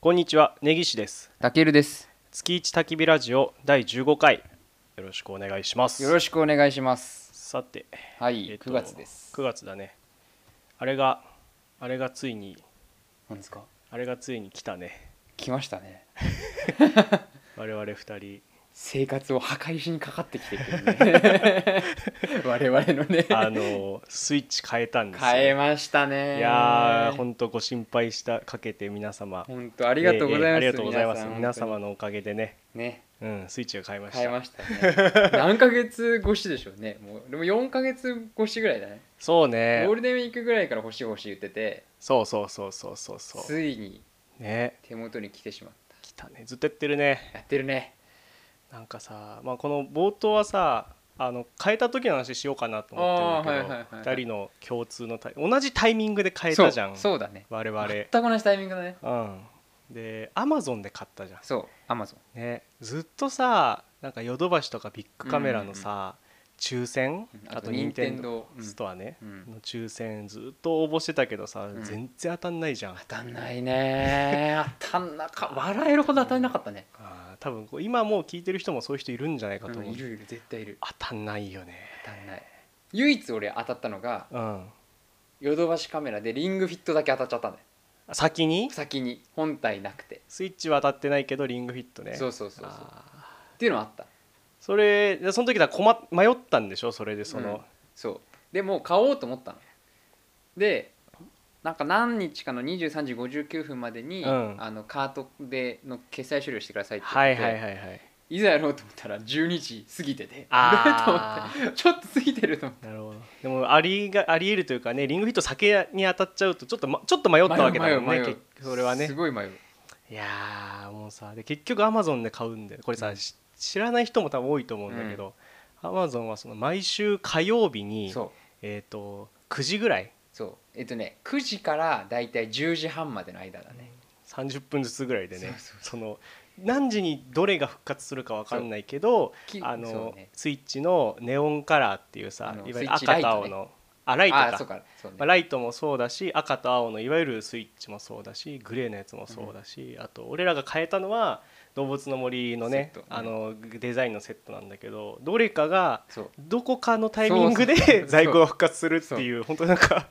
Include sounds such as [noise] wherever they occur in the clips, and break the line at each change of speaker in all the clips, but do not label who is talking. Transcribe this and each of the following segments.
こんにちは根岸です
たけるです
月一焚き火ラジオ第15回よろしくお願いします
よろしくお願いします
さて、
はい、
えっと
9月です
9月だねあれがあれがついに
なんですか
あれがついに来たね
来ましたね
我々2人
生活を破壊しにかかってきてくる
[laughs]
ね我々のね
あ
[laughs]
のスイッチ変えたんですよ
変えましたね
いやー本当ご心配したかけて皆様
ほんとありがとうございます、
ええええありがとうございます皆
さん
様
本
のおかげでね
当にね
うんスイッチが変えました
変えまし
[laughs]
たね何ヶ月越しでしょうねもうでも4ヶ月越しぐらいだね、
そうね
ゴールデンウィークぐらいから欲しい欲しい言ってて
そうそうそうそうそうそう
ついに
ね
手元に来てしまっ
来たねずっとやってるね
たやってるね
なんかさ、まあ、この冒頭はさあの変えた時の話しようかなと思ってるん
あーは
だ
いはいはい
けど
はい
2人の共通のタイ同じタイミングで変えたじゃん
そうそうだね
我々
全く同じタイミングだね
うんでアマゾンで買ったじゃ
そうアマゾン
んねずっとさなんかヨドバシとかビッグカメラのさ、抽選
うん
あ
あ
と
と
任天堂
Nintendo うん
ストアね、
うん
の抽選ずっと応募してたけどさ、
ん
全然当たんないじゃん
当たんないね当たんなか笑えるほど当たんなかったね、
あー多分こう今もう聞いてる人もそういう人いるんじゃないかと
うん
思う、
いるいる絶対いる
当たんないよね
当たんない唯一俺当たったのが
うん
ヨドバシカメラでリングフィットだけ当たっちゃったんだよ
先に
先に本体なくて、
スイッチは当たってないけどリングフィットね
そうそうそうそう
あー
っていうのはあった
それでその時だ困っ迷ったんでしょそれでその、
うんそうでもう買おうと思ったのでなんか何日かの23時59分までに、
うん
あのカートでの決済処理をしてくださいって
は
言
い
って、
はいはいはい
いざやろうと思ったら12時過ぎてて
あー
[laughs] と思ってちょっと過ぎてると思って
なるほどでもありがありえるというかねリングフィット先に当たっちゃうとちょっと、ま、ちょっと迷ったわけだもんね
迷う迷う迷う
結局それはね
すごい迷う
いやーもうさで結局アマゾンで買うんでこれさ、し知らない人も多分多いと思うんだけどアマゾンはその毎週火曜日に
そう
えっ、と9時ぐらい
そうえっとね9時からだいたい10時半までの間だね
30分ずつぐらいでね
そうそう
その何時にどれが復活するかわかんないけど
き
あ
そ
の、
うね
スイッチのネオンカラーっていうさ
あの
いわゆる
スイッ
赤
チ
と
ライト
青
ね
のあライト
あ
か
あそうかそうね、
まあ、ライトもそうだし赤と青のいわゆるスイッチもそうだしグレーのやつもそうだし、あと俺らが変えたのは動物の森のね
セット
あのデザインのセットなんだけどどれかが
そう
どこかのタイミングで
そうそう
在庫が復活するっていう本当なんか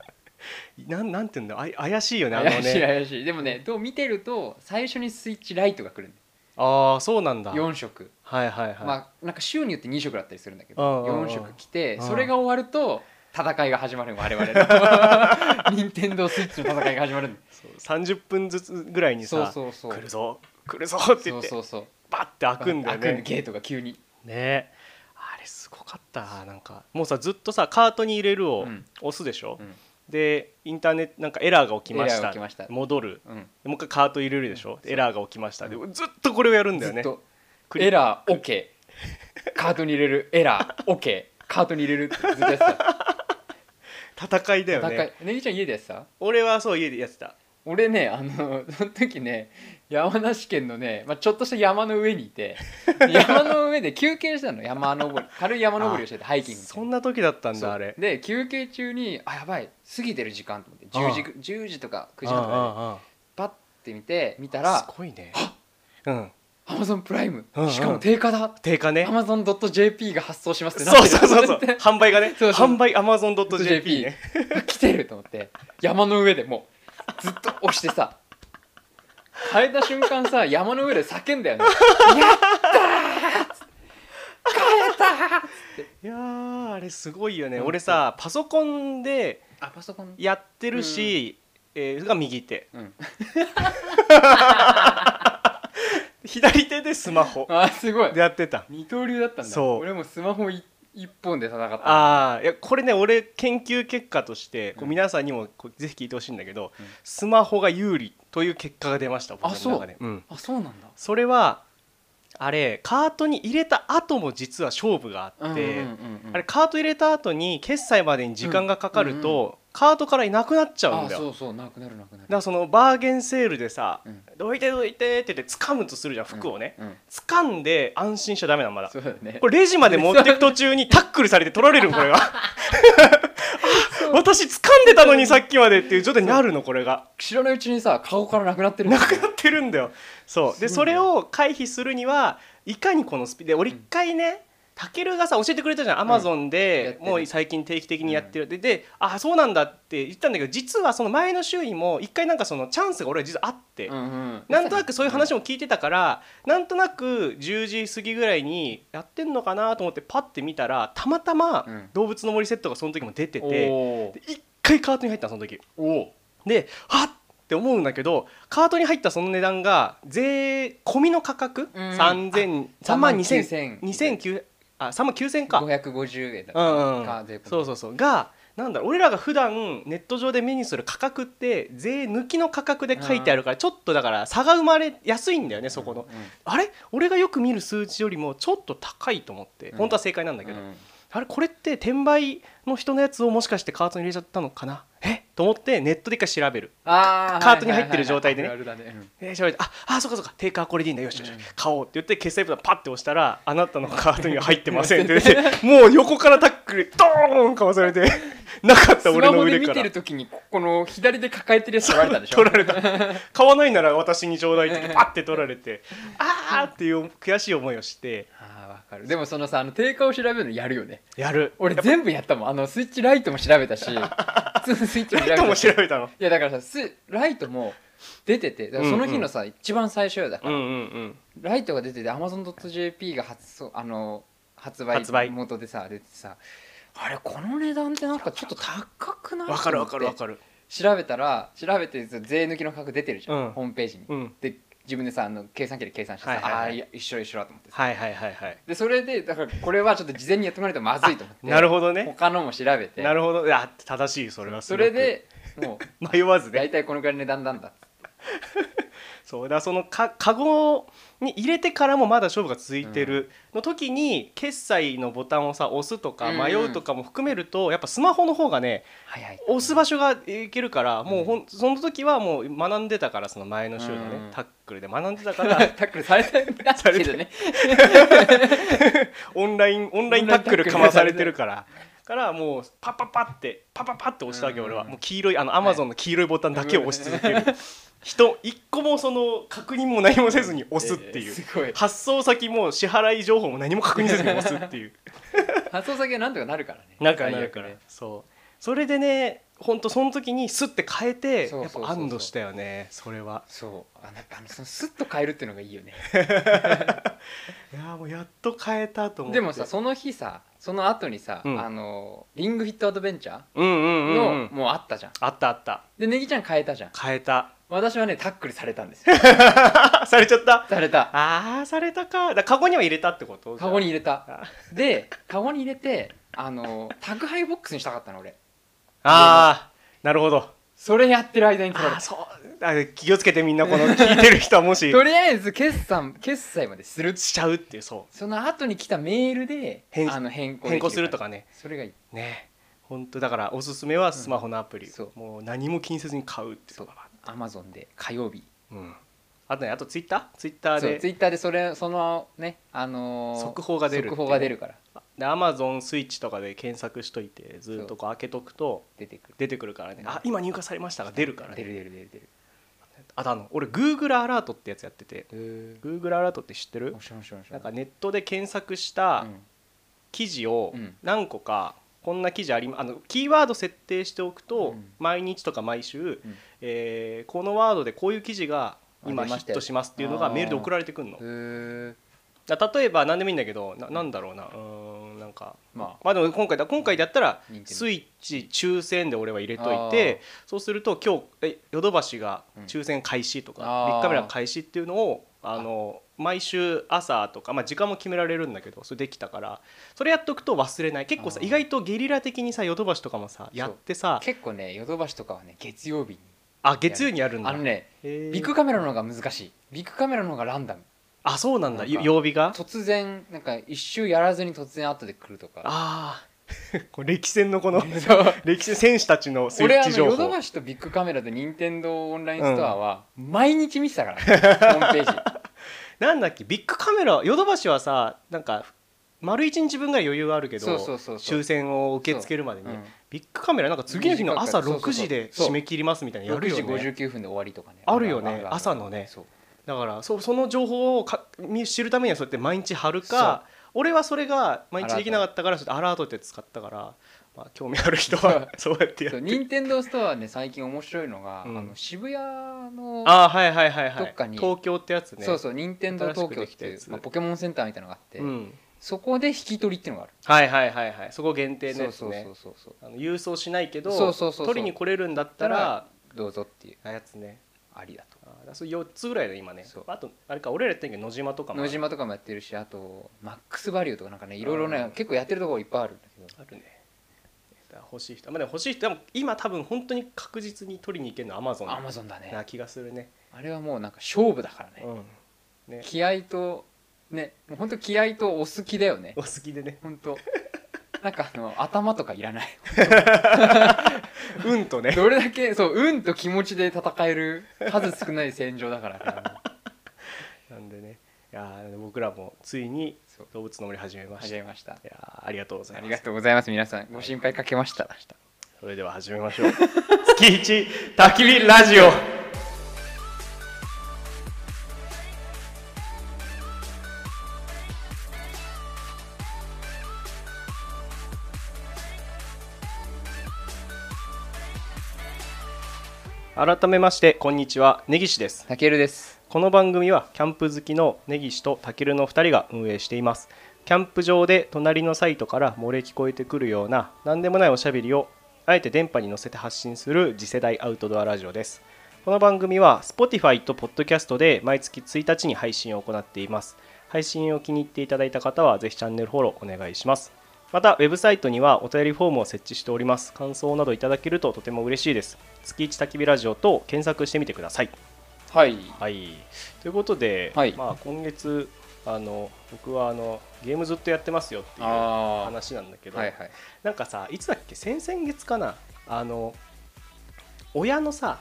なんなんていうんだあい怪しいよねあの
怪しい
ね
怪しいでもねどう見てると最初にスイッチライトが来るん
ああそうなんだ
だ
はい
4色
はいはい、
まあなんか週によって2色だったりするんだけど
うんうんうん
4色来て
うん
それが終わると戦いが始まるの
[laughs]
我々の任天堂スイッチの戦いが始まるんだ
そう30分ずつぐらいに
そう
さ
そうそう
来るぞ来るぞって
そ
言っ
う
て
そうそう
バッて開くんだよ
開く
ね
ゲートが急に
ねあれすごかったなんかもうさずっとさカートに入れるを
うん
押すでしょ、
うん
でインターネットなんかエラーが起きまし
エラー
た
が起きました
戻る
うん
でもう一回カート入れるでしょ、エラーが起きましたでずっとこれをやるんだ
ず
よ
っ
ね
と
クリ
エラー OK カートに入れるエラー OK カートに入れるってずっとやってた
戦いだよ
戦
ね
いねぎちゃん家でやってた
俺はそう家でやってた
俺ねあのその時ね山梨県のね、まあ、ちょっとした山の上に
[laughs]
いて山の上で休憩したの山登り軽い山登りをしててハイキングみたい
そんな時だったん
そう
だあれ
で休憩中にあやばい過ぎてる時間と思って
ああ
10時ぐ10時とか9
あ
時半とか
ああ
でパッて見て見た
あ
ら
すごいねうん
アマゾンプライム
うんうん
しかも定価だ
定価ね
アマゾン .jp が発送しますってな
そうそう
[laughs]
そうそう
ってる
販売がね
そうそう
販売 amazon.jp ね
[laughs] 来てると思って山の上でもうずっと押してさ変えた瞬間さ山の上で叫んだよね
いやーあれすごいよね俺さパソコンで
あパソコン
やってるし、えーが右手
うん
左手でスマホ
あすごい
でやってた
二刀流だったんだ
そう
俺もスマホい一本で戦った
あーいやこれね俺研究結果としてこ
う
うん皆さんにもこうぜひ聞いてほしいんだけど、
うん
スマホが有利という結果が出ました僕
あそう
の中で、うん、
あそうなんだ
それはあれカートに入れた後も実は勝負があって、
うんうんうんうん
あれカート入れた後に決済までに時間がかかると、
うん
カートからいなくなっちゃうん
あ
だよ
そうそうなくなるなくなる
だからそのバーゲンセールでさ
うん
「どいてどいて」って言って掴むとするじゃん服をね
うんうん
掴んで安心しちゃダメなのまだ
そうだね [laughs]
これレジまで持ってく途中にタックルされて取られるのこれが
そう
私掴んでたのにさっきまでっていう状態になるのこれが
知らないうちにさ顔からなくなってる
なくなってるんだよそうでそれを回避するにはいかにこのスピードで俺一回ねたけるがさ教えてくれたじゃんアマゾンで
うんやってる
もう最近定期的にやってるでであそうなんだって言ったんだけど実はその前の週にも一回なんかそのチャンスが俺は実はあって [laughs]
うんうん
なんとなくそういう話も聞いてたからなんとなく10時過ぎぐらいにやってんのかなと思ってパッて見たらたまたま
うん
「動物の森」セットがその時も出て
お
て
お
で一回カートに入ったのその時。
おー
ではっって思うんだけどカートに入ったその値段が税込みの価格
うん
3000 3万2000 2009あ3万9000か
550円だ
う
ら
んうん
か税込み
そうそうそうがなんだろう俺らが普段ネット上で目にする価格って税抜きの価格で書いてあるからちょっとだから差が生まれやすいんだよねそこの、
う
あれ俺がよく見る数値よりもちょっと高いと思って
うん
本当は正解なんだ
ん
けど、
うん
あれこれって転売の人のやつをもしかしてカートに入れちゃったのかなえと思ってネットで一回調べる
あ
カートに入ってる状態でね
あるあるだね
えー、調べてああそうかそうか定価はこれでいいんだよしよしよし
うん
買おうって言って決済ボタンパッて押したらあなたのカートには入ってませんって出て
[laughs]
もう横からタックルドーンかわされてなかった
ス
俺
マ
の
ホで
腕
見
か
て
ら
る時にここの左で抱えてるやつ取られたでしょ
取られた買わないなら私にちょうだいって言ってパッて取られてあーっていう悔しい思いをして
あーわかるでもそのさあの定価を調べるのやるよね
やる
俺全部やったもんあのスイッチライトも調
[laughs]
べたし普通のスイッチも調べ
ライトも
たし
調べたの
いやだからさスライトも出ててだからその日のさ、一番最初よだか
[laughs] う
ら、
んうんうん
ライトが出てて Amazon.jp が発送あの発売
発売
元でさ出てさあれこの値段ってなんかちょっと高くない
わかるわかるわ
る
かる
調べたら調べて税抜きの価格出てるじゃん、
うん
ホームページに、
うん
で自分でさあの計算機で計算してさ、
はいはいはい
ああや一緒一緒だと思ってさ
はいはいはいはい
でそれでだからこれはちょっと事前にやってもらえとまずいと思って
なるほどね
他のも調べて
なるほどいや正しいそれはす
そ
ごく
れでもう
迷わずね
大体このくらいの値段なんだっつって
そうだからそのかカゴに入れてからもまだ勝負が続いてるの時に決済のボタンをさ押すとか
うん
迷うとかも含めるとやっぱスマホの方がね
早い
押す場所がいけるからもうほんその時はもう学んでたからその前の週の
う
ね
ん
タックルで学んでたか
タ
ら [laughs]
ックルされてた
され
け
て
どね
オンラインオンラインタックルかまされてるから。からもうパッパッパってパッパッパって押したわけ
うん
俺はもう黄色いあのアマゾンの黄色いボタンだけを押し続ける [laughs] 人一個もその確認も何もせずに押すってい
え
う
ーすごい
発送先も支払い情報も何も確認せずに押すって
[laughs]
いう
発送先はなんとかなるからね
なんかなるから
最悪ね
そうそれでねほんとその時にスッて変えて
そう
や
そう
っ
そうそう
ぱ安堵したよねそれは
そうあのやっぱあのそのスッと変えるっていうのがいいよね
いやーもうやっと変えたと思って
でもさその日さその後にさ、
うん
あのリングヒットアドベンチャ
うんうん
ー
うん
の、
うん
もうあったじゃん
あったあった
でネギちゃん変えたじゃん
変えた
私はねタックルされた
[laughs]
んですよ
されちゃった
[laughs] された
あーされたかだからカゴには入れたってこと
カゴに
じ
入れた
ゃあ
でカゴに入れてあの宅配ボックスにしたかったの俺
ああ
[laughs]
ーなるほど
それやってる間に
あ
取ら
ー
れた
そうあ気をつけてみんなこ
[laughs]
の聞いてる人はもし
とりあえず決算決済までする
しちゃうっていうそ
その後に来たメールで
変
あの変
う
更でき
変更すると
か
かね
らそれがいい
ね本当だからおすすめはスマホのアプリ、
うんそう
もう何も気にせずに買うってそ
そ
う
アマゾンで火曜日
うん、あとねあとツイッターツイッター
そうツイ
で
ッターでそれそのねあのー
速報が出るっていう
速報が出るから
でアマゾンスイッチとかで検索しといてずっとこう開けとくと
出てくる
出てくるからねあ今入荷されましたが出るから
出
ね
る出る出る出る
あとあの俺 Google アラートってやつやってて
へ
Google アラートって知って
え
る
面白い面白い面白
ないんかネットで検索した
うん
記事を
うん
何個かこんな記事ありまあのキーワード設定しておく
う
と
ん
毎日とか毎週
うん
えーこのワードでこういう記事が今
あ出
ヒ
ました
ッ
よ
トしますっていうのがメールで送られてくるの
へえ
だ例えば何でもいいんだけどななんだろうなうーんなんか
まあ
まあでも今回だ今回だったら
人気の
スイッチ抽選で俺は入れといてそうすると今日えヨドバシが抽選開始とか
うん
ビッ
あー
グカメラ開始っていうのをあの毎週朝とか、まあ、時間も決められるんだけどそれできたからそれやっとくと忘れない結構さ
あー
意外とゲリラ的にさヨドバシとかもさやってさ
結構ねヨドバシとかはね月曜日に
あ月曜にやるんだ
あのね
へー
ビッグカメラの方が難しいビッグカメラの方がランダム
あそうなんだ
なんか
曜日が
突然なんか一周やらずに突然後で来るとか
ああ歴戦 [laughs] のこの
[laughs] そう
歴戦選手たちのスイ
俺
ッ
あ
チ
の
情
ヨド
報
バシとビッグカメラと任天堂オンラインストアは毎日見て
[laughs]
たから、ホームページ
なんだっけビッグカメラヨドバシはさなんか丸一日分ぐらい余裕はあるけど
そうそうそうそう
抽選を受け付けるまでに、
うん
ビッグカメラなんか次の日の朝
短かった
6時で
そうそう
締
そう
め切りますみたいなのやる
6
よ
時
ね
59分で終わりとかね
あるよね
ああああ
朝のね
そう
だからそその情報をか見知るためにはそうやって毎日貼るか俺はそれが毎日できなかったからちょっとアラートって使ったから、まあ、興味ある人は [laughs] そうやってや
そ
る
う任天堂ストアね最近面白いのが、
うん
あの渋谷の
ああはいはいはい
ど
は
っ
い
かに
東京ってやつね
そうそう任天堂東
新し
京
くで
っ
き
て
た
い
や
う
つ、
まあ、ポケモンセンターみたいなのがあって、
うん、
そこで引き取りっていうのがある、
はいはいはいはいそこ限定の
そ
や
う
つ
そうそ
ね
うそうそう
あの郵送しないけど
そうそうそうそう
取りに来れるんだったら
どうぞっていう
あやつね
ありだと
あーだからそう4つぐらいだ今ね
そう
あとあれか俺らやってんけど野島とかもあ
野
る
島とかもやってるしあとマックスバリューとかなんかねいろいろ
う
ね
ん
結構やってるところいっぱいあるんだけど
あるねだから欲しい人まあでも欲しい人でも今多分本当に確実に取りに行けるのはアマゾ
ア
ン
マゾンだね
な気がするね
あれはもうなんか勝負だからね、
うんね
気合とねもうほんと気合とお好きだよね
お好きでね [laughs]
ほんとなんかあの頭とかいら [laughs] ない
うん
[laughs]
とね
どれだけそう運と気持ちで戦える数少ない戦場だから [laughs]
なんでねいやー僕らもついに
そう
動物の森始めまし
始
たい
めました
やーありがとうござ
あ
いま
り
す
がとうございます皆さんご心配かけました
それでは始めましょう [laughs] 月一焚き火ラジオ改めましてこんにちは根岸です
たけるです
この番組はキャンプ好きの根岸とたけるの2人が運営していますキャンプ場で隣のサイトから漏れ聞こえてくるような何でもないおしゃべりをあえて電波に乗せて発信する次世代アウトドアラジオですこの番組は Spotify と Podcast で毎月1日に配信を行っています配信を気に入っていただいた方はぜひチャンネルフォローお願いしますまたウェブサイトにはお便りフォームを設置しております感想などいただけるととても嬉しいです月一焚き火ラジオと検索してみてください
はい
はい、ということで、
はい
まあ、今月あの僕はあのゲームずっとやってますよっていう
あー
話なんだけど、
はいはい
なんかさいつだっけ先々月かなあの親のさ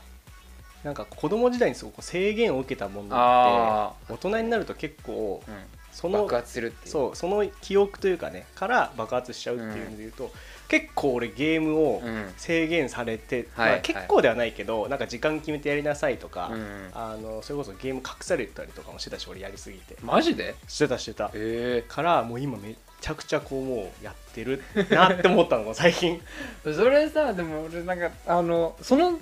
なんか子供時代にすごく制限を受けたものって
あ
大人になると結構
あ、
そ
うん、
の
爆発するっていう
そうその記憶というかねから爆発しちゃうっていうので言うと、結構俺ゲームを
うん
制限されて、
はい
まあ、結構ではないけど、なんか時間決めてやりなさいとか、
うん
あのそれこそゲーム隠されたりとかもしてたし俺やりすぎて
マジで
してたしてた
え
からもう今めちゃくちゃこうもうやってるなって思ったの最近
えそれさでも俺なんかあのその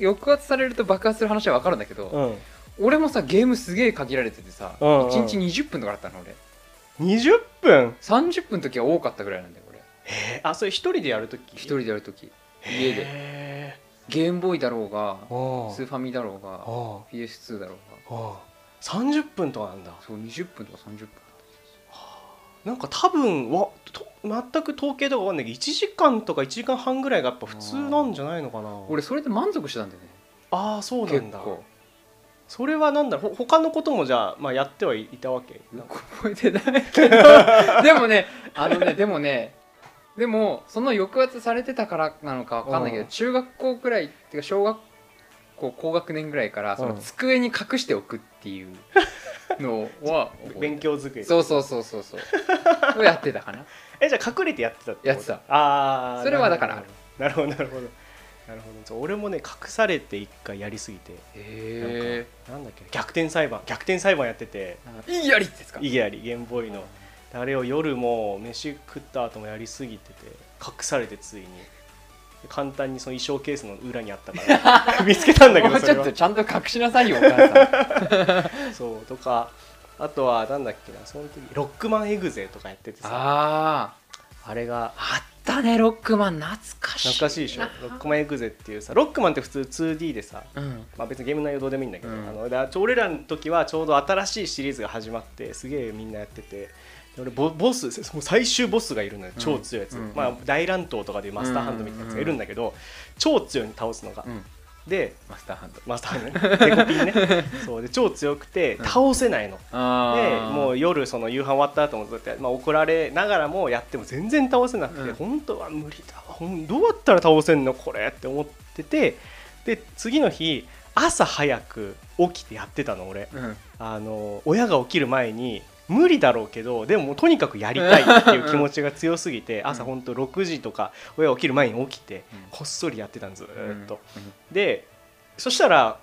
抑圧されると爆発する話は分かるんだけど、
[laughs] うん
俺もさゲームすげえ限られててさ、
うんうん
一1日20分とかだったの俺
20分
30分の時は多かったぐらいなんだよ俺
えあそれ一人でやるとき
一人でやる時家で
で
ゲームボーイだろうが
お
スーファミだろうが
お
PS2 だろうが
お30分とかなんだ
そう20分とか30分
なんか多分わと全く統計とかわかんないけど1時間とか1時間半ぐらいがやっぱ普通なんじゃないのかな
俺それで満足してたんだよね
ああそうな
結
んだ
構
それはなんだろうほ他のこともじゃあ、まあ、やってはいたわけ
よく覚えてない
[laughs]
けどでもねあのねでもねでもその抑圧されてたからなのかわかんないけど、
うん
中学校くらいっていうか小学校高学年ぐらいからその
うん
机に隠しておくっていうのは
[laughs] 勉強机
そうそうそうそうそうをやってたかな
えじゃあ隠れてやってたってこと
やってた
ああ
それはだからある
なるほどなるほどなるほどそう俺もね隠されて一回やりすぎて
へ
なんだっけ逆転裁判逆転裁判やってて
えいいやりですか
イギアリゲームボーイのであれを夜も飯食った後もやりすぎてて隠されてついに簡単にその衣装ケースの裏にあったから
[laughs]
見つけたんだけど
もう
そ
ち
れ
ょっ
は
とちゃんと隠しなさいよお
[laughs]
母さん
そうとかあとはなんだっけなその時ロックマンエグゼとかやっててさ
あ
あれが
ああったねロックマン懐かしい
懐かしいでしょ
な
ロックマンエグゼっていうさロックマンって普通 2D でさ
うん
まあ、別にゲームの内容どうでもいいんだけど、
うん
あのだちょ俺らの時はちょうど新しいシリーズが始まってすげえみんなやっててで俺ボボスもう最終ボスがいるのよ
うん
超強いやつ、
うん
まあ、大乱闘とかでいうマスターハンドみたいなやつがいるんだけど、超強いに倒すのが、
うん
で
マスターハンド
マスターハンドねデコピン
[laughs]
ねそうで超強くて
うん
倒せないの、で
あー
もう夜その夕飯終わった後もずっとや、まあ、怒られながらもやっても全然倒せなくて、
うん
本当は無理だわほんどうやったら倒せんのこれって思っててで次の日朝早く起きてやってたの俺
うん
あの親が起きる前に無理だろうけどでももうとにかくやりたいっていう気持ちが強すぎて朝
うん
本当6時とか親起きる前に起きて
うん
こっそりやってたんですずーっと。
うん
でそしたら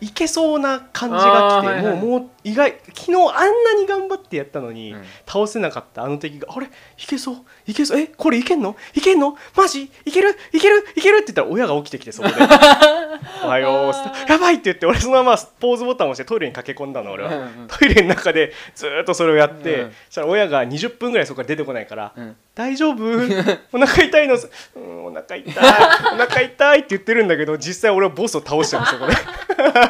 いけそうな感じが
あー
来
は
て
いはい
もうもう意外昨日あんなに頑張ってやったのに。
うん
倒せなかったあの敵があれいけそういけそうえこれいけんのいけんのマジいけるいけるいけるって言ったら親が起きてきてそこ
[laughs]
で「おはようスタ」やばいって言って俺そのままポーズボタンを押してトイレに駆け込んだの俺は。
うんうん
トイレの中でずーっとそれをやって、
うん
そしたら親が20分ぐらいそこから出てこないから「
うん
大丈夫 [laughs] お腹痛いの?」うん「お腹痛いお腹痛い」って言ってるんだけど実際俺はボスを倒してるそこで。 [laughs]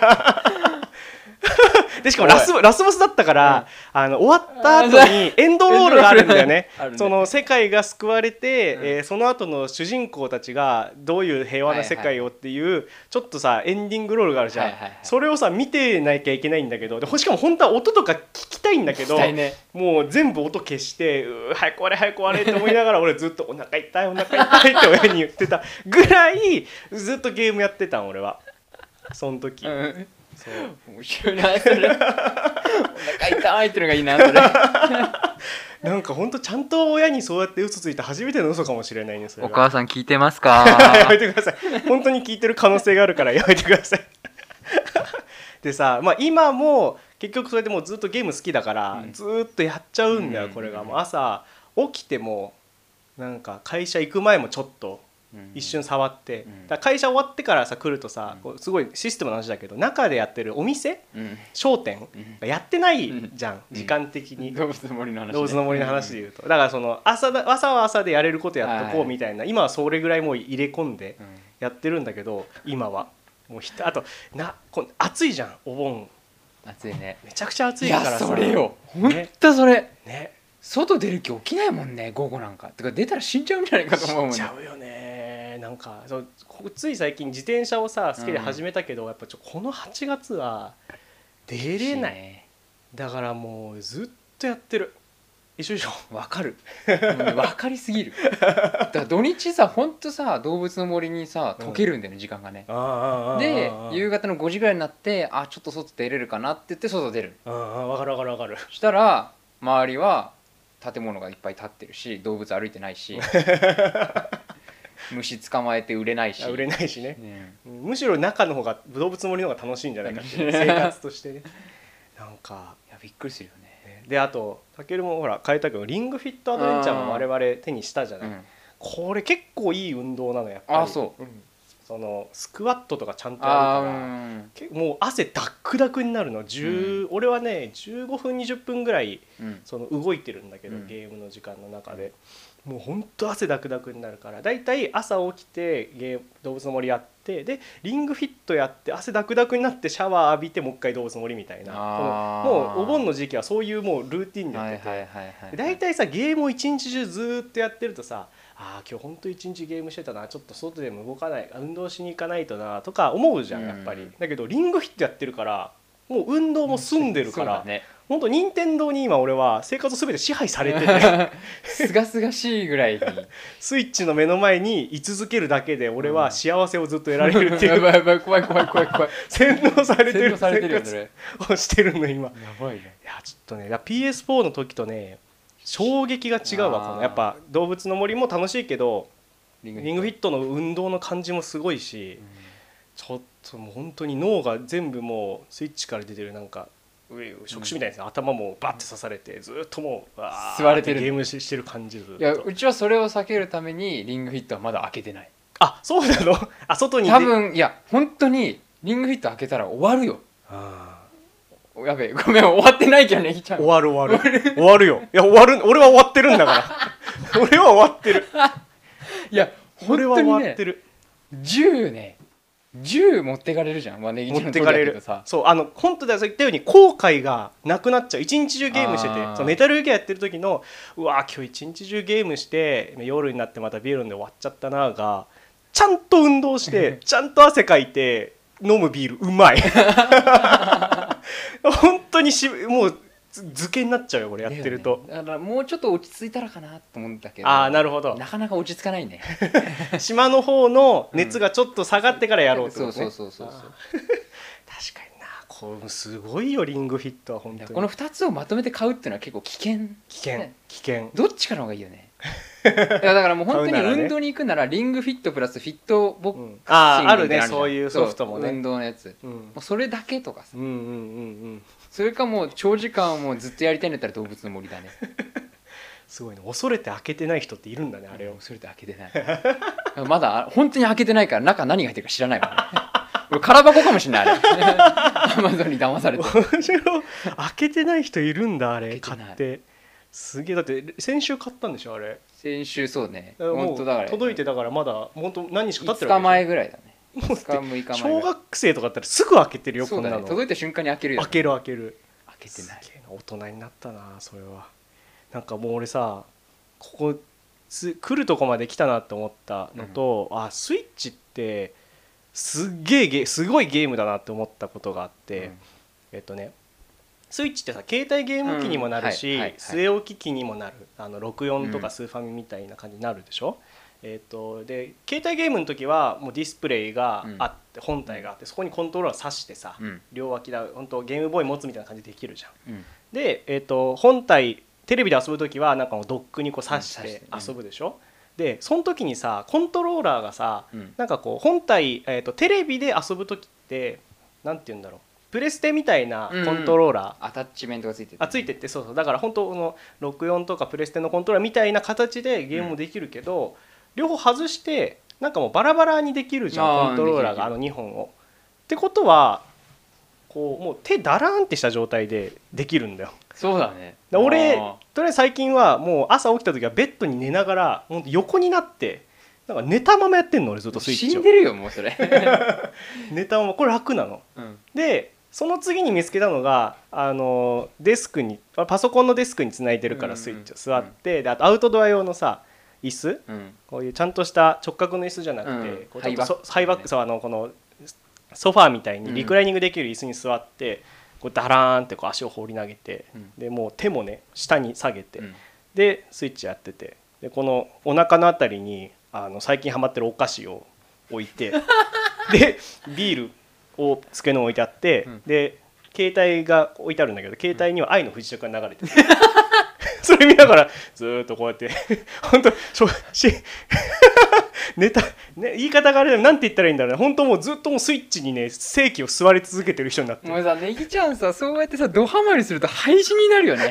でしかもラスラスボスだったから、あの終わった後にエンドロールがあるんだよね
あるね
その世界が救われて、
うん
えーその後の主人公たちがどういう平和な世界をっていう、ちょっとさエンディングロールがあるじゃん、
はいはいはい
それをさ見てなきゃいけないんだけどでほしかも本当は音とか聞きたいんだけど
聞きたいね
もう全部音消してうー早く終われ早く終われって思いながら俺ずっとお腹痛いお腹痛いって親に言ってたぐらいずっとゲームやってたん俺はその時、
うん
そう
面白いなそれお腹痛いってのがいいなそれ
なんか本当ちゃんと親にそうやって嘘ついた初めての嘘かもしれないねそれ
お
が
母さん聞いてます
[laughs] やめ
か
てください本当に聞いてる可能性があるからやめてください [laughs] でさ、まあ、今も結局それでもうずっとゲーム好きだから、
うん
ずーっとやっちゃうんだよ、
うん
これがもう朝起きてもなんか会社行く前もちょっと一瞬触って、
うん
だから会社終わってからさ来るとさ
うん、
こうすごいシステムの話だけど中でやってるお店
うん
商店がやってないじゃん、
うん
時間的に、
動物の森の話ね
動物の森の話で言うと、だからその朝だ朝は朝でやれることやっとこ
は
う
い
みたいな、今はそれぐらいもう入れ込んで
うんうん
やってるんだけど今はもうひあとなこう暑いじゃんお盆
暑いね
めちゃくちゃ暑
い
いか
や
らさ
それよほん
ね
とそれ
ね
外出る気起きないもんね午後なんかてか出たら死んじゃうんじゃないかと思うもん
しち
ね
ゃうよねなんかそうこつい最近自転車をさ好きで始めたけど、やっぱちょこの8月は出れない、
い
だからもうずっとやってる一
[laughs]
緒でしょ
わかるうんわかりすぎるだから土日さほんとさ動物の森にさ溶けるんだよね時間がね
あ
で夕
う
方の5時ぐらいになってあちょっと外出れるかなって言って外出る
ああ分かる分かる分かる
そしたら周りは建物がいっぱい建ってるし動物歩いてない
[laughs]
し虫捕まえて売れないし
あ売れないしね
ね
むしろ中の方が動物森の方が楽しいんじゃないか
[laughs]
っていう生活としてねなんか
いやびっくりするよね
ねであとたけるもほら変えたけどリングフィットアドベンチャーも我々手にしたじゃない、
うん
これ結構いい運動なのやっぱり、
あそう
んそのスクワットとかちゃんとやる
あ
から
ーうん
けもう汗ダックダクになるの10、俺はね15分20分ぐらい
うん
その動いてるんだけど、
うん
ゲームの時間の中で、もうほんと汗だくだくになるからだいたい朝起きてゲー動物の森やってでリングフィットやって汗だくだくになってシャワー浴びてもう一回動物の森みたいな
あー
このもうお盆の時期はそういうもうルーティンでやっ
は
て
い
て、
はいはいはい
で大体さゲームを一日中ずーっとやってるとさあー今日ほんと一日ゲームしてたなちょっと外でも動かないあ運動しに行かないとなとか思うじゃんやっぱり、
うん
だけどリングフィットやってるからもう運動も済んでるから、
[laughs] そうだね
本当任天堂に今俺は生活を全て支配されてて
すがすがしいぐらいに
[laughs] スイッチの目の前に居続けるだけで俺は幸せをずっと得られるってい
や
う、
ばいやばい怖い怖い怖い怖い
[laughs] 洗脳されて
洗
る
脳され
生
てるよねそれ
活をしてるの今い
やばいね
やちょっとねだから PS4 の時とね衝撃が違うわ
あー
このやっぱ動物の森も楽しいけど
リ
リングフィットの運動の感じもすごいしちょっともう本当に脳が全部もうスイッチから出てるなんかういう触手みたいなやつ頭もバッて刺されてずっともうわー
吸われてる
ゲームししてる感じずっと
いやうちはそれを避けるためにリングフィットはまだ開けてない
あそうなの [laughs] あ外に出
多分いや本当にリングフィット開けたら終わるよ
あ
おやべえごめん終わってないけどねひち
ー
ゃん
終わる終わる終わるよいや終わる俺は終わってるんだから [laughs] 俺は終わってる
いや本
俺は終
当に
わっ
ね
てる、
銃ね銃持ってかれるじゃん、まあね、
持ってかれ
一応の通りだけど
る
さ
そうあの本当だよそう言ったように後悔がなくなっちゃう一日中ゲームしてて
あー
そうメタルギアやってる時のうわー今日一日中ゲームして夜になってまたビール飲んで終わっちゃったなーがちゃんと運動して
[laughs]
ちゃんと汗かいて飲むビールうまい本当にしもうず漬けになっちゃうよこれやってると、
だよねだからもうちょっと落ち着いたらかなと思うんだけど
ああなるほど
なかなか落ち着かないね
[laughs] 島の方の熱がちょっと下がってからやろうってこと、ね
そうそうそうそうそう
あー確かになこれすごいよリングフィットは本
いや
当
こ
に
の2つをまとめて買うっていうのは結構危険
危険
ね
危険
どっちかの方がいいよ
[laughs]
ねいやだからもう本当に
買うならね
運動に行くならリングフィットプラスフィットボックス
うんあ
シ
あ
ング
あ
ル
る
みたい
ね
なの
そういうソフトも
そう運
ね
動のやつも
うん
うそれだけとかさ
うんうんうんうん
それかもう長時間もうずっとやりたいんだったら動物の森だね
すごいね恐れて開けてない人っているんだねあれを [laughs]
それで開けてない [laughs] まだ本当に開けてないから中何が入ってるか知らないからね俺空箱かもしれ [laughs] ないあれアマゾンに騙されて
面白い開けてない人いるんだあれ
開けて
買
ない
ってすげえだって先週買ったんでしょあれ
先週そうね
だからもう
本当だから
届いてだからまだ本当何日か経ってるわけ
5日
でしょ
前ぐらいだね
もうだって
5日6日前
小
ぐらい
学生とかだったらすぐ開けてるよ
そ
こ
うんだ
な
ね
の
届いた瞬間に開けるよね
開ける開ける
開けて
す
ない
げえな大人になったなそれはなんかもう俺さここつ来るとこまで来たなって思ったのと、あスイッチってすっげえゲすごいゲームだなって思ったことがあって、えっとねスイッチってさ携帯ゲーム機にもなる
うん
し
はいはいはい
据え置き機にもなるあの64と
う
か
ん
スーファミみたいな感じになるでしょ、えっとで携帯ゲームの時はもうディスプレイがあって本体があってそこにコントローラー挿してさ
うん
両脇だ本当ゲームボーイ持つみたいな感じでできるじゃん。
うん
で、えー、と本体テレビで遊ぶ時はなんかもうドックにこう挿し
うん挿しててね
遊ぶでしょ、でその時にさコントローラーがさ
うん
なんかこう本体、えー、とテレビで遊ぶ時ってなんて言うんだろうプレステみたいなコントローラー、
アタッチメントがついてる
あついてってそうそうだから本当この64とかプレステのコントローラーみたいな形でゲームもできるけど、両方外してなんかもうバラバラにできるじゃ
あ
ん
ー
コントローラーがあ
で
の2本を。ってことはこうもう手だらんってした状態でできるんだよ。
そうだね
だ俺
あ
とりあえず最近はもう朝起きた時はベッドに寝ながらほんと横になってなんか寝たままやってんの俺ずっ
ー
とスイッ
死
チ
ん
を
でるよもうそれ、
[laughs] 寝たままこれ楽なの
うん
でその次に見つけたのがあのデスクにあパソコンのデスクにつないでるから
うんうん
スイッチを座って、であとアウトドア用のさ椅子
うん、
こういうちゃんとした直角の椅子じゃなくて、
うん
こうちょっとそハ
ハ
イ
イ
バ
バ
ック
ック
そうあのこのソファーみたいに
うん
リクライニングできる椅子に座って、こうダラーンってこう足を放り投げて、
うん
でもう手もね下に下げて、
うん
でスイッチやっててでこのお腹のあたりにあの最近ハマってるお菓子を置い
[laughs]
てでビールを机の上に置いてあって、
うん
で携帯が置いてあるんだけど携帯には「愛の不時着」が流
[laughs]
れててそれ見ながらずーっとこうやって [laughs] 本当しょしネタ、ね、言い方があれだなんて言ったらいいんだろうね本当もうずっともうスイッチにね正規を座り続けてる人になって
もうさネギちゃんさそうやってさドハマりすると廃人になる
[laughs]
よね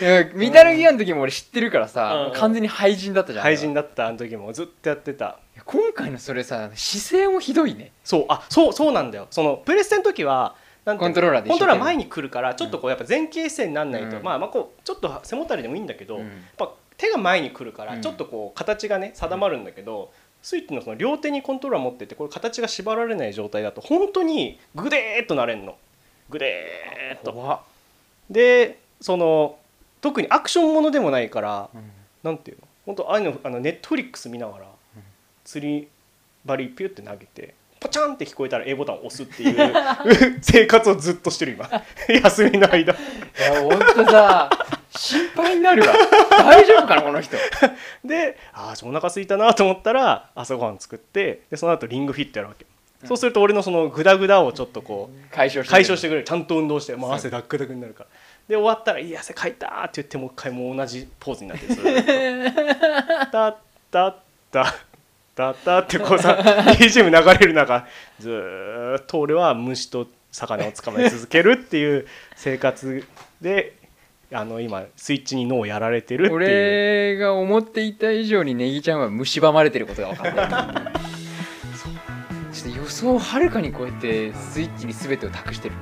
いやメタルギアの時も俺知ってるからさ、
うん
完全に廃人だったじゃん
廃人だったあの時もずっとやってた
いや今回のそれさ姿勢もひどいね
そうあそうそうなんだよそのプレステの時はなんていうの
コントローラーで一
コン
生
トロー
懸命
ラー前に来るからちょっとこうやっぱ前傾姿勢にならないと、
うん
まあまあこうちょっと背もたれでもいいんだけど、
うん
やっぱ手が前に来るか
う
ら
ん
ちょっとこう形がね定まるんだけど、スイッチのその両手にコントローラー持っててこれ形が縛られない状態だと本当にグデーっとなれんのグデーっと
怖っ
でその特にアクションものでもないから
うん
なんていうの本当ああいうのあのネットフリックス見ながら
ん
釣り針ピュって投げてパチャンって聞こえたら A ボタンを押すっていう生活をずっとしてる今 [laughs] 休みの間
いやほんとさ心配になるわ大丈夫かなこの人
でああお腹空いたなと思ったら朝ごはん作ってでその後リングフィットやるわけそうすると俺のそのグダグダをちょっとこう
解消して
解消して
く
くれるちゃんと運動してもう汗ダックダクになるからで終わったら「いい汗かいた!」って言ってもう一回もう同じポーズになってるそ
[laughs]
れタッタッタッタッタッってこうさ BGM 流れる中ずーっと俺は虫と魚を捕まえ続けるっていう生活であの今スイッチに脳をやられてるっていう
俺が思っていた以上にネギちゃんは蝕まれてることが分かった
[laughs]
ちょっと予想をはるかに超えてスイッチに全てを託してるね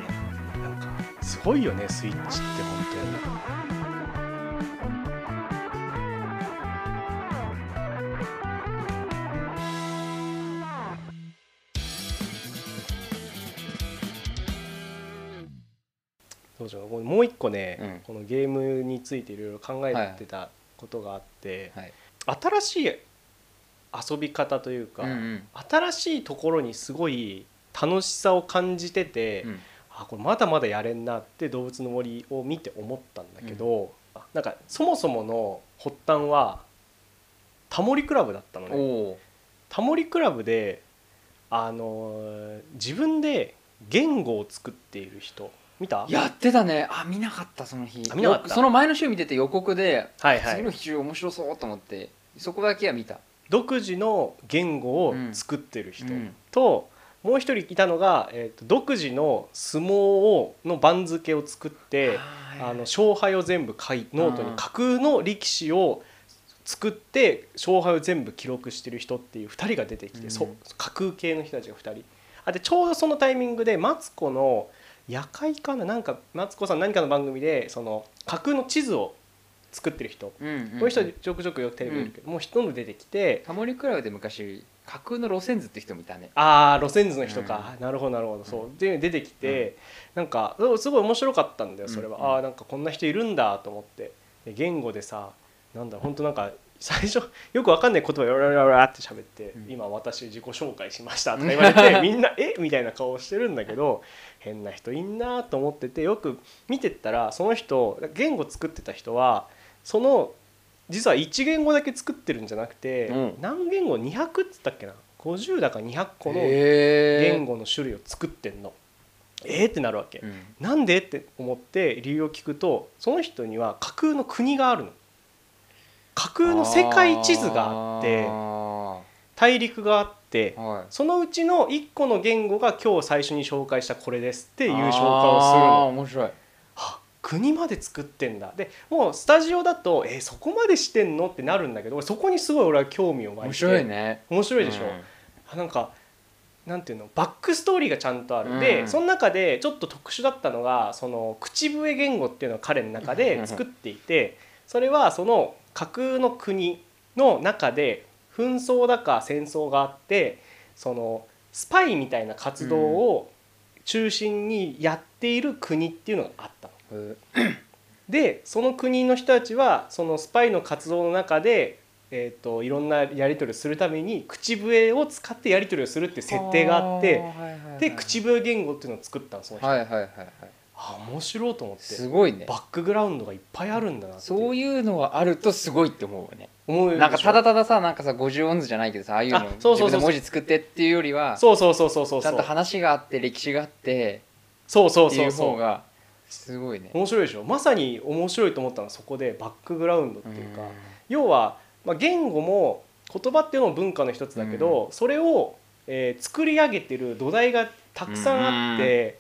なんかすごいよねスイッチって本当に。そうじゃもう一個ね、
うん
このゲームについていろいろ考えてたことがあって、
はい
新しい遊び方というか、
うんうん
新しいところにすごい楽しさを感じてて、
うん
あこれまだまだやれんなって「動物の森」を見て思ったんだけど、あなんかそもそもの発端はタモリクラブだったのね。
おお
タモリクラブであのー自分で言語を作っている人見た
やってたねあ見なかったその日
あ見なかった
よその前の週見てて予告で、
はいは
次
い
の日中面白そうと思ってそこだけは見た
独自の言語を作ってる人
うん
と、もう一人いたのが、えー、と独自の相撲をの番付を作ってあの勝敗を全部書いノートに架空の力士を作って勝敗を全部記録してる人っていう2人が出てきて、
うん
そう架空系の人たちが2人あでちょうどそのタイミングでマツコの夜会かななんかマツコさん何かの番組でその架空の地図を作ってる人、
うんうんう
こ
ん
ういう人ちょくちょくよくテレビ見るけど、もうどんどん出てきて
タモリクラブで昔架空の路線図って人もいたね
ああ路線図の人か、なるほどなるほどそう、っていうの出てきて、なんかそうすごい面白かったんだよそれは、
うん
ああーなんかこんな人いるんだと思ってで言語でさなんだ本当なんか [laughs] 最初よくわかんない言葉でララララって喋って、
うん
今私自己紹介しましたとか言われ
[laughs]
てみんなえみたいな顔してるんだけど変な人いんなと思っててよく見てったらその人言語作ってた人はその実は1言語だけ作ってるんじゃなくて、
うん
何言語200っつったっけな50だか200個の言
言、
語の種類を作ってんの。えー、ってなるわけ、
うん
なんでって思って理由を聞くとその人には架空の国があるの架空の世界地図があって
あ
大陸があって
ーはい、っ
そのうちの1個の言語が今日最初に紹介したこれですって
て
いう紹介をするの
面白い
は国まで作ってんだでもうスタジオだとえーそこまでしてんのってなるんだけど俺そこにすごい俺は興味を湧いて
面白いね
面白いでしょ、
うん
あなんかなんていうのバックストーリーがちゃんとある、で
うん
その中でちょっと特殊だったのがその口笛言語っていうのを彼の中で作っていてそれはその架空の国の中で紛争だか戦争があってそのスパイみたいな活動を中心にやっている国っていうのがあったの。
うん
でその国の人たちはそのスパイの活動の中で、えー、といろんなやり取りをするために口笛を使ってやり取りをするっていう設定があって
ーはいはいはい
で口笛言語っていうのを作ったのその人、
はいはいはいはい
あ面白いと思って
すごいね
バックグラウンドがいっぱいあるんだなって
そういうのがあるとすごいって思うよね
思うでしょ
なんかただたださなんかさ50音図じゃないけどさああいうの
あそうそうそう
自分で文字作ってっていうよりは
そうそうそうそうそう
ち
そ
ゃんと
う
話があって歴史があって
そうそう
ってい
そうう
方
そう
がすごいね
面白いでしょまさに面白いと思ったのはそこでバックグラウンドっていうか、
うん
要は、まあ、言語も言葉っていうのも文化の一つだけど、それを、えー作り上げてる土台がたくさんあって、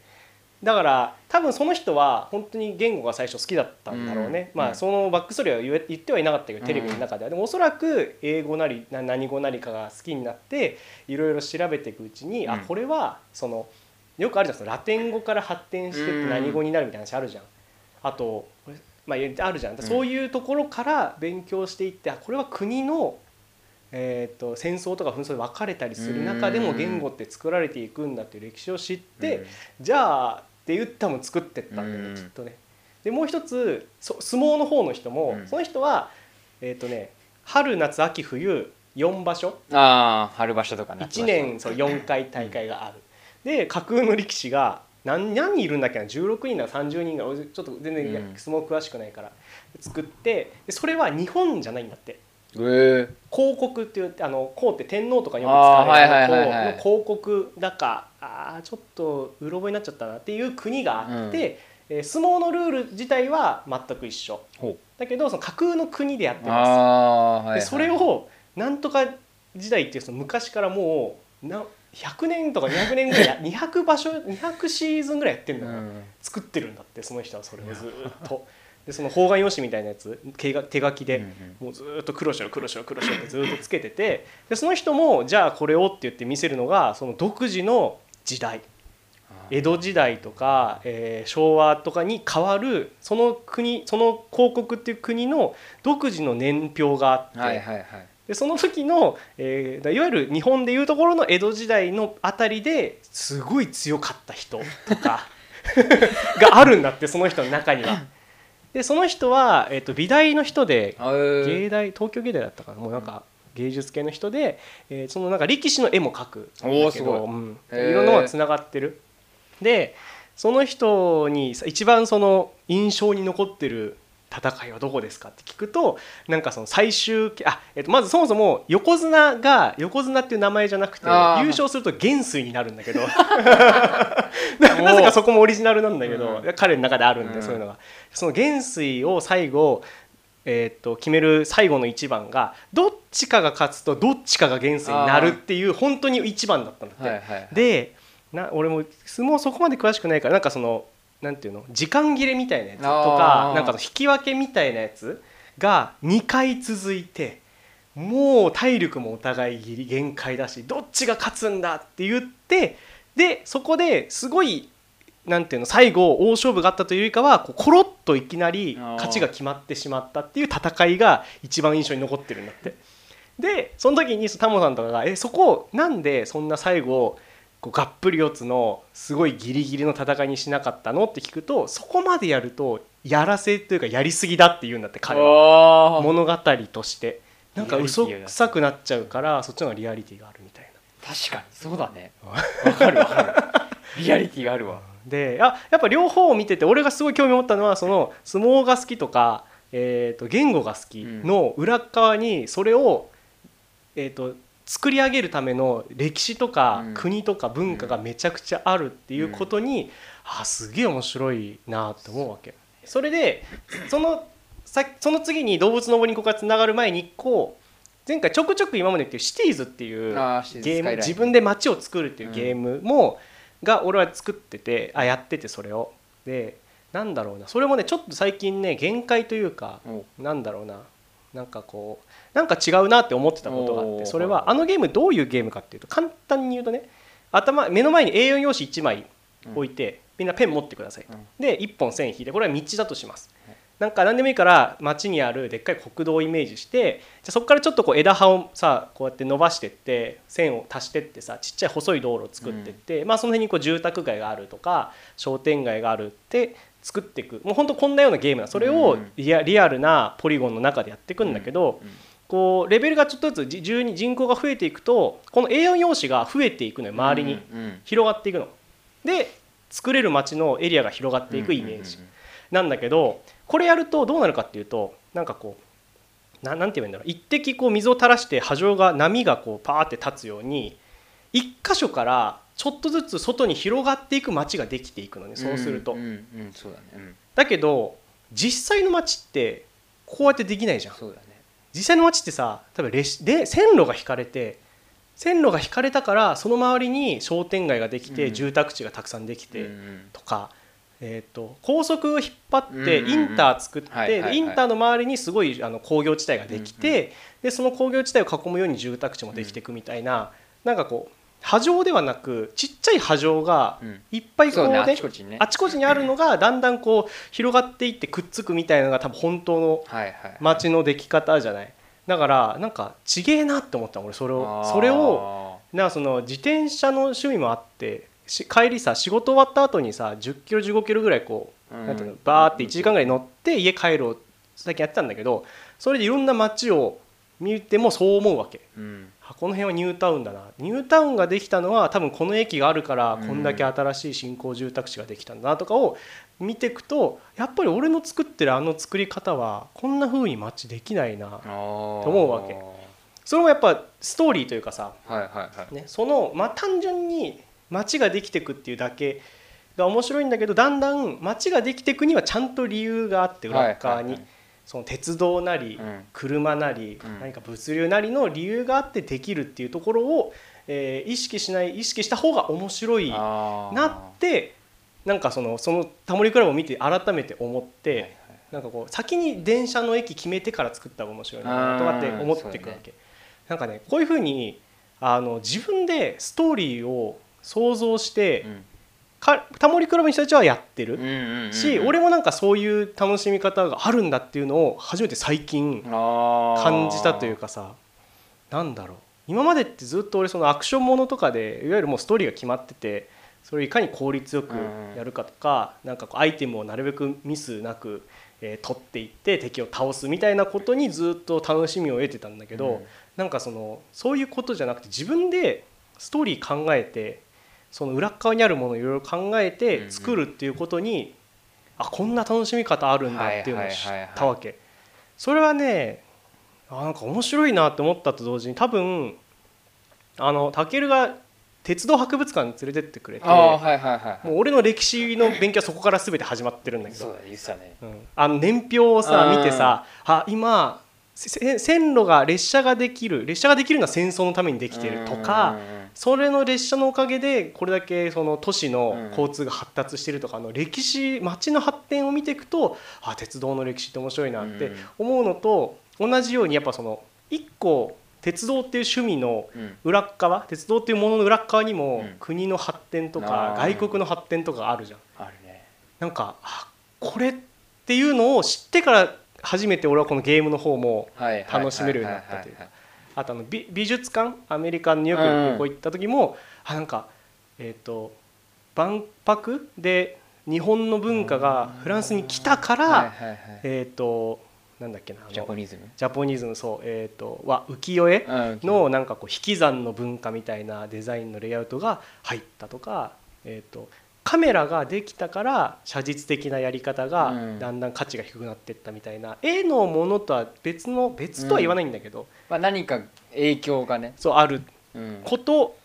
だから多分その人は本当に言語が最初好きだったんだろうね、
うん
ま
う
あ
ん
そのバックストーリーは言え言ってはいなかったけど
うん
テレビの中では、でもおそらく英語なりな何語なりかが好きになっていろいろ調べていくうちに、あ
うん
これはそのよくあるじゃんそのラテン語から発展してって何語になるみたいな話あるじゃん。あとこれまあ、あるじゃん、
ん
そういうところから勉強していってあこれは国の、えー、と戦争とか紛争で分かれたりする中でも
うん
言語って作られていくんだっていう歴史を知って、じゃあって言ったも作ってったんだよね、
うん
きっとね。でもう一つそ相撲の方の人も、
うん
その人は、えーとね、春夏秋冬4場所
うんああ春場所とかね
1年そう4回大会がある。で架空の力士が何何人いるんだっけな16人だか30人がおちょっと全然
うん
相撲詳しくないから作ってでそれは日本じゃないんだって
えー
広告って言ってあの皇って天皇とかにも使われる
あーはいはいはい
あ
は
の
い
広告だかあーちょっとうろ覚えになっちゃったなっていう国があって、えー相撲のルール自体は全く一緒
ほ
だけどその架空の国でやって
あ
ます
あはいはい
でそれをなんとか時代っていうその昔からもうな100年とか200年ぐらいや200場所200シーズンぐらいやってるん
う
だから、
ん
作ってるんだってその人はそれをずーっとでその方眼用紙みたいなやつ手が手書きで、
うんうん
もうずーっと黒白黒白黒白ってずーっとつけててでその人もじゃあこれをって言って見せるのがその独自の時代江戸時代とか、えー昭和とかに変わるその国その広告っていう国の独自の年表があって、
はいはいはい
でその時の、えーだいわゆる日本でいうところの江戸時代のあたりですごい強かった人とかがあるんだってその人の中には。でその人は、えー、と美大の人で
あー
芸大東京芸大だったかなもうなんか芸術系の人で、えーそのなんか力士の絵も描くんだけど
おーすごい
うん、
へー
いろんなのがつながってる。でその人にさ一番その印象に残ってる戦いはどこですかって聞くとなんかその最終あ、えっと、まずそもそも横綱が横綱っていう名前じゃなくて優
あー
勝すると元帥になるんだ
[laughs]
けどななぜかそこもオリジナルなんだけど、
う
彼の中であるんで、
うん
そういうのが。その元帥を最後えーっと決める最後の一番がどっちかが勝つとどっちかが元帥になるっていう本当に一番だったんだって、
はいはい
でな俺も相撲そこまで詳しくないからなんかそのなんていうの時間切れみたいなやつと
あ
か
ー
なんかその引き分けみたいなやつが2回続いてもう体力もお互いギリ限界だしどっちが勝つんだって言ってでそこですごいなんていうの最後大勝負があったというよりかはこうコロッといきなり勝ちが決まってしまったっていう戦いが一番印象に残ってるんだって。でその時にそのタモさんとかが「えそこなんでそんな最後こうがっぷり四つのすごいギリギリの戦いにしなかったの?」って聞くとそこまでやるとやらせというかやりすぎだって言うんだって彼は
おー
物語としてなんか
リアリティ
嘘
が
くさくなっちゃうからそっちの方がリアリティがあるみたいな。
確かにそうだ
[laughs]
ねわかるわかるリアリティがあるわ
であやっぱ両方を見てて俺がすごい興味持ったのはその相撲が好きとか、えー、と言語が好きの裏側にそれを、えー、と作り上げるための歴史とか
うん
国とか文化がめちゃくちゃあるっていうことに、あすげえ面白いなって思うわけ。それでそのさその次に動物の森にここがつながる前に1個前回ちょくちょく今まで言ってるシティーズっていう
あーシティーズ
ゲー
スカ
ム
イライン
自分で街を作るっていうゲームも、が俺は作っててあやっててそれをでなんだろうなそれもねちょっと最近ね限界というか
お
なんだろうななんかこうなんか違うなって思ってたことがあっ
お
て
ー
それ
はい
は
は
あ
い
のゲームどういうゲームかっていうと簡単に言うとね頭目の前に A4 用紙1枚置いて、みんなペン持ってくださいと、
うん
で1本線引いてこれは道だとします、
はい
なんか何でもいいから街にあるでっかい国道をイメージしてじゃあそこからちょっとこう枝葉をさこうやって伸ばしてって線を足してってさちっちゃい細い道路を作ってって、まあその辺にこう住宅街があるとか商店街があるって作っていくもうほんとこんなようなゲームなそれ
う
を
ん
リアリアルなポリゴンの中でやっていくんだけど、
うん
こうレベルがちょっとずつじ順に人口が増えていくとこの A4 用紙が増えていくのよ周りに、
うんうん
広がっていくの。で作れる街のエリアが広がっていくイメージなんだけどこれやるとどうなるかっていうとなんかこうななんて言えばいいんだろう一滴こう水を垂らして波状が波がこうパーって立つように一箇所からちょっとずつ外に広がっていく街ができていくのねそうすると。
うんうんうんそうだねうん
だけど実際の街ってこうやってできないじゃん。
そうだね
実際の街ってさ例えば列車で線路が引かれて線路が引かれたからその周りに商店街ができて、
うん
住宅地がたくさんできて、
うんうん
とか、えー、と高速を引っ張っ
う
て
んうん
インター作って、
はいはいはい
でインターの周りにすごいあの工業地帯ができて、でその工業地帯を囲むように住宅地もできていくみたいな、なんかこう波状ではなくちっちゃい波状が
うん
いっぱいこ
そううね
ね,、
あちこちにね
あちこちにあるのがだんだんこう広がっていってくっつくみたいなのが多分本当の
はいはい
街の出来方じゃないだからなんかちげえなって思ったの俺それを
あー
それをなんかその自転車の趣味もあってし帰りさ仕事終わった後にさ1 0キロ1 5キロぐらいこう、
うん
なんていうのバーって1時間ぐらい乗って家帰ろう最近やってたんだけどそれでいろんな街を見てもそう思うわけ
うん
あこの辺はニュータウンだなニュータウンができたのは多分この駅があるから
うん
こんだけ新しい新興住宅地ができたんだなとかを見ていくとやっぱり俺の作ってるあの作り方はこんな風に街できないな
あー
と思うわけそれもやっぱストーリーというかさ
はいはいはい
ね、その、まあ、単純に街ができてくっていうだけが面白いんだけどだんだん街ができてくにはちゃんと理由があって裏側に、
はいはいはい
その鉄道なり、
うん
車なり、
うん
何か物流なりの理由があってできるっていうところを、えー意識しない意識した方が面白いな
あー
ってなんかそのそのタモリクラブを見て改めて思って。
はいはい
なんかこう先に電車の駅決めてから作った方が面白いなとかって思っていくわけ、なんかねこういうふうにあの自分でストーリーを想像して、
うん
かタモリクラブの人たちはやってる、
うんうんうん
し俺もなんかそういう楽しみ方があるんだっていうのを初めて最近
あー
感じたというかさなんだろう今までってずっと俺そのアクションものとかでいわゆるもうストーリーが決まっててそれをいかに効率よくやるかとか、なんかこうアイテムをなるべくミスなく、えー取っていって敵を倒すみたいなことにずっと楽しみを得てたんだけど、
うん
なんかそのそういうことじゃなくて自分でストーリー考えてその裏っ側にあるものをいろいろ考え
うんう
て
ん
作るっていうことにあこんな楽しみ方あるんだっていうのを知ったわけそれはねあなんか面白いなって思ったと同時に多分あのタケルが鉄道博物館に連れてってくれて
ああはいはいはい
もう俺の歴史の勉強はそこから全て始まってるんだけ
そう
ど、
だ言ってたね
うんあの年表をさ
うん
見てさあ今せ線路が列車ができる列車ができるのは戦争のためにできてるとか、
うんうんうん
それの列車のおかげでこれだけその都市の交通が発達してるとかあの歴史街の発展を見ていくとあ鉄道の歴史って面白いなって思うのと同じようにやっぱその一個鉄道っていう趣味の
うん
裏っ側鉄道っていうものの裏っ側にも
うん
国の発展とか
あー
外国の発展とかあるじゃん。
あるね
なんかあこれっていうのを知ってから初めて俺はこのゲームの方も
はいはい
楽しめるようになったという
はは
あとあの美美術館アメリカのニューヨークに旅行行った時も、あなんかえっ、と万博で日本の文化がフランスに来たから、
はいはいはいはい
えっ、となんだっけなあの
ジャポニズム
ジャポニズムそうえっ、とは浮世絵のなんかこう引き算の文化みたいなデザインのレイアウトが入ったとか、えー、とカメラができたから写実的なやり方
う
が
ん
だんだん価値が低くなっていったみたいな、絵のものとは別の別とは言わないんだけど、
まあ何か影響がね
そうある
うん
こと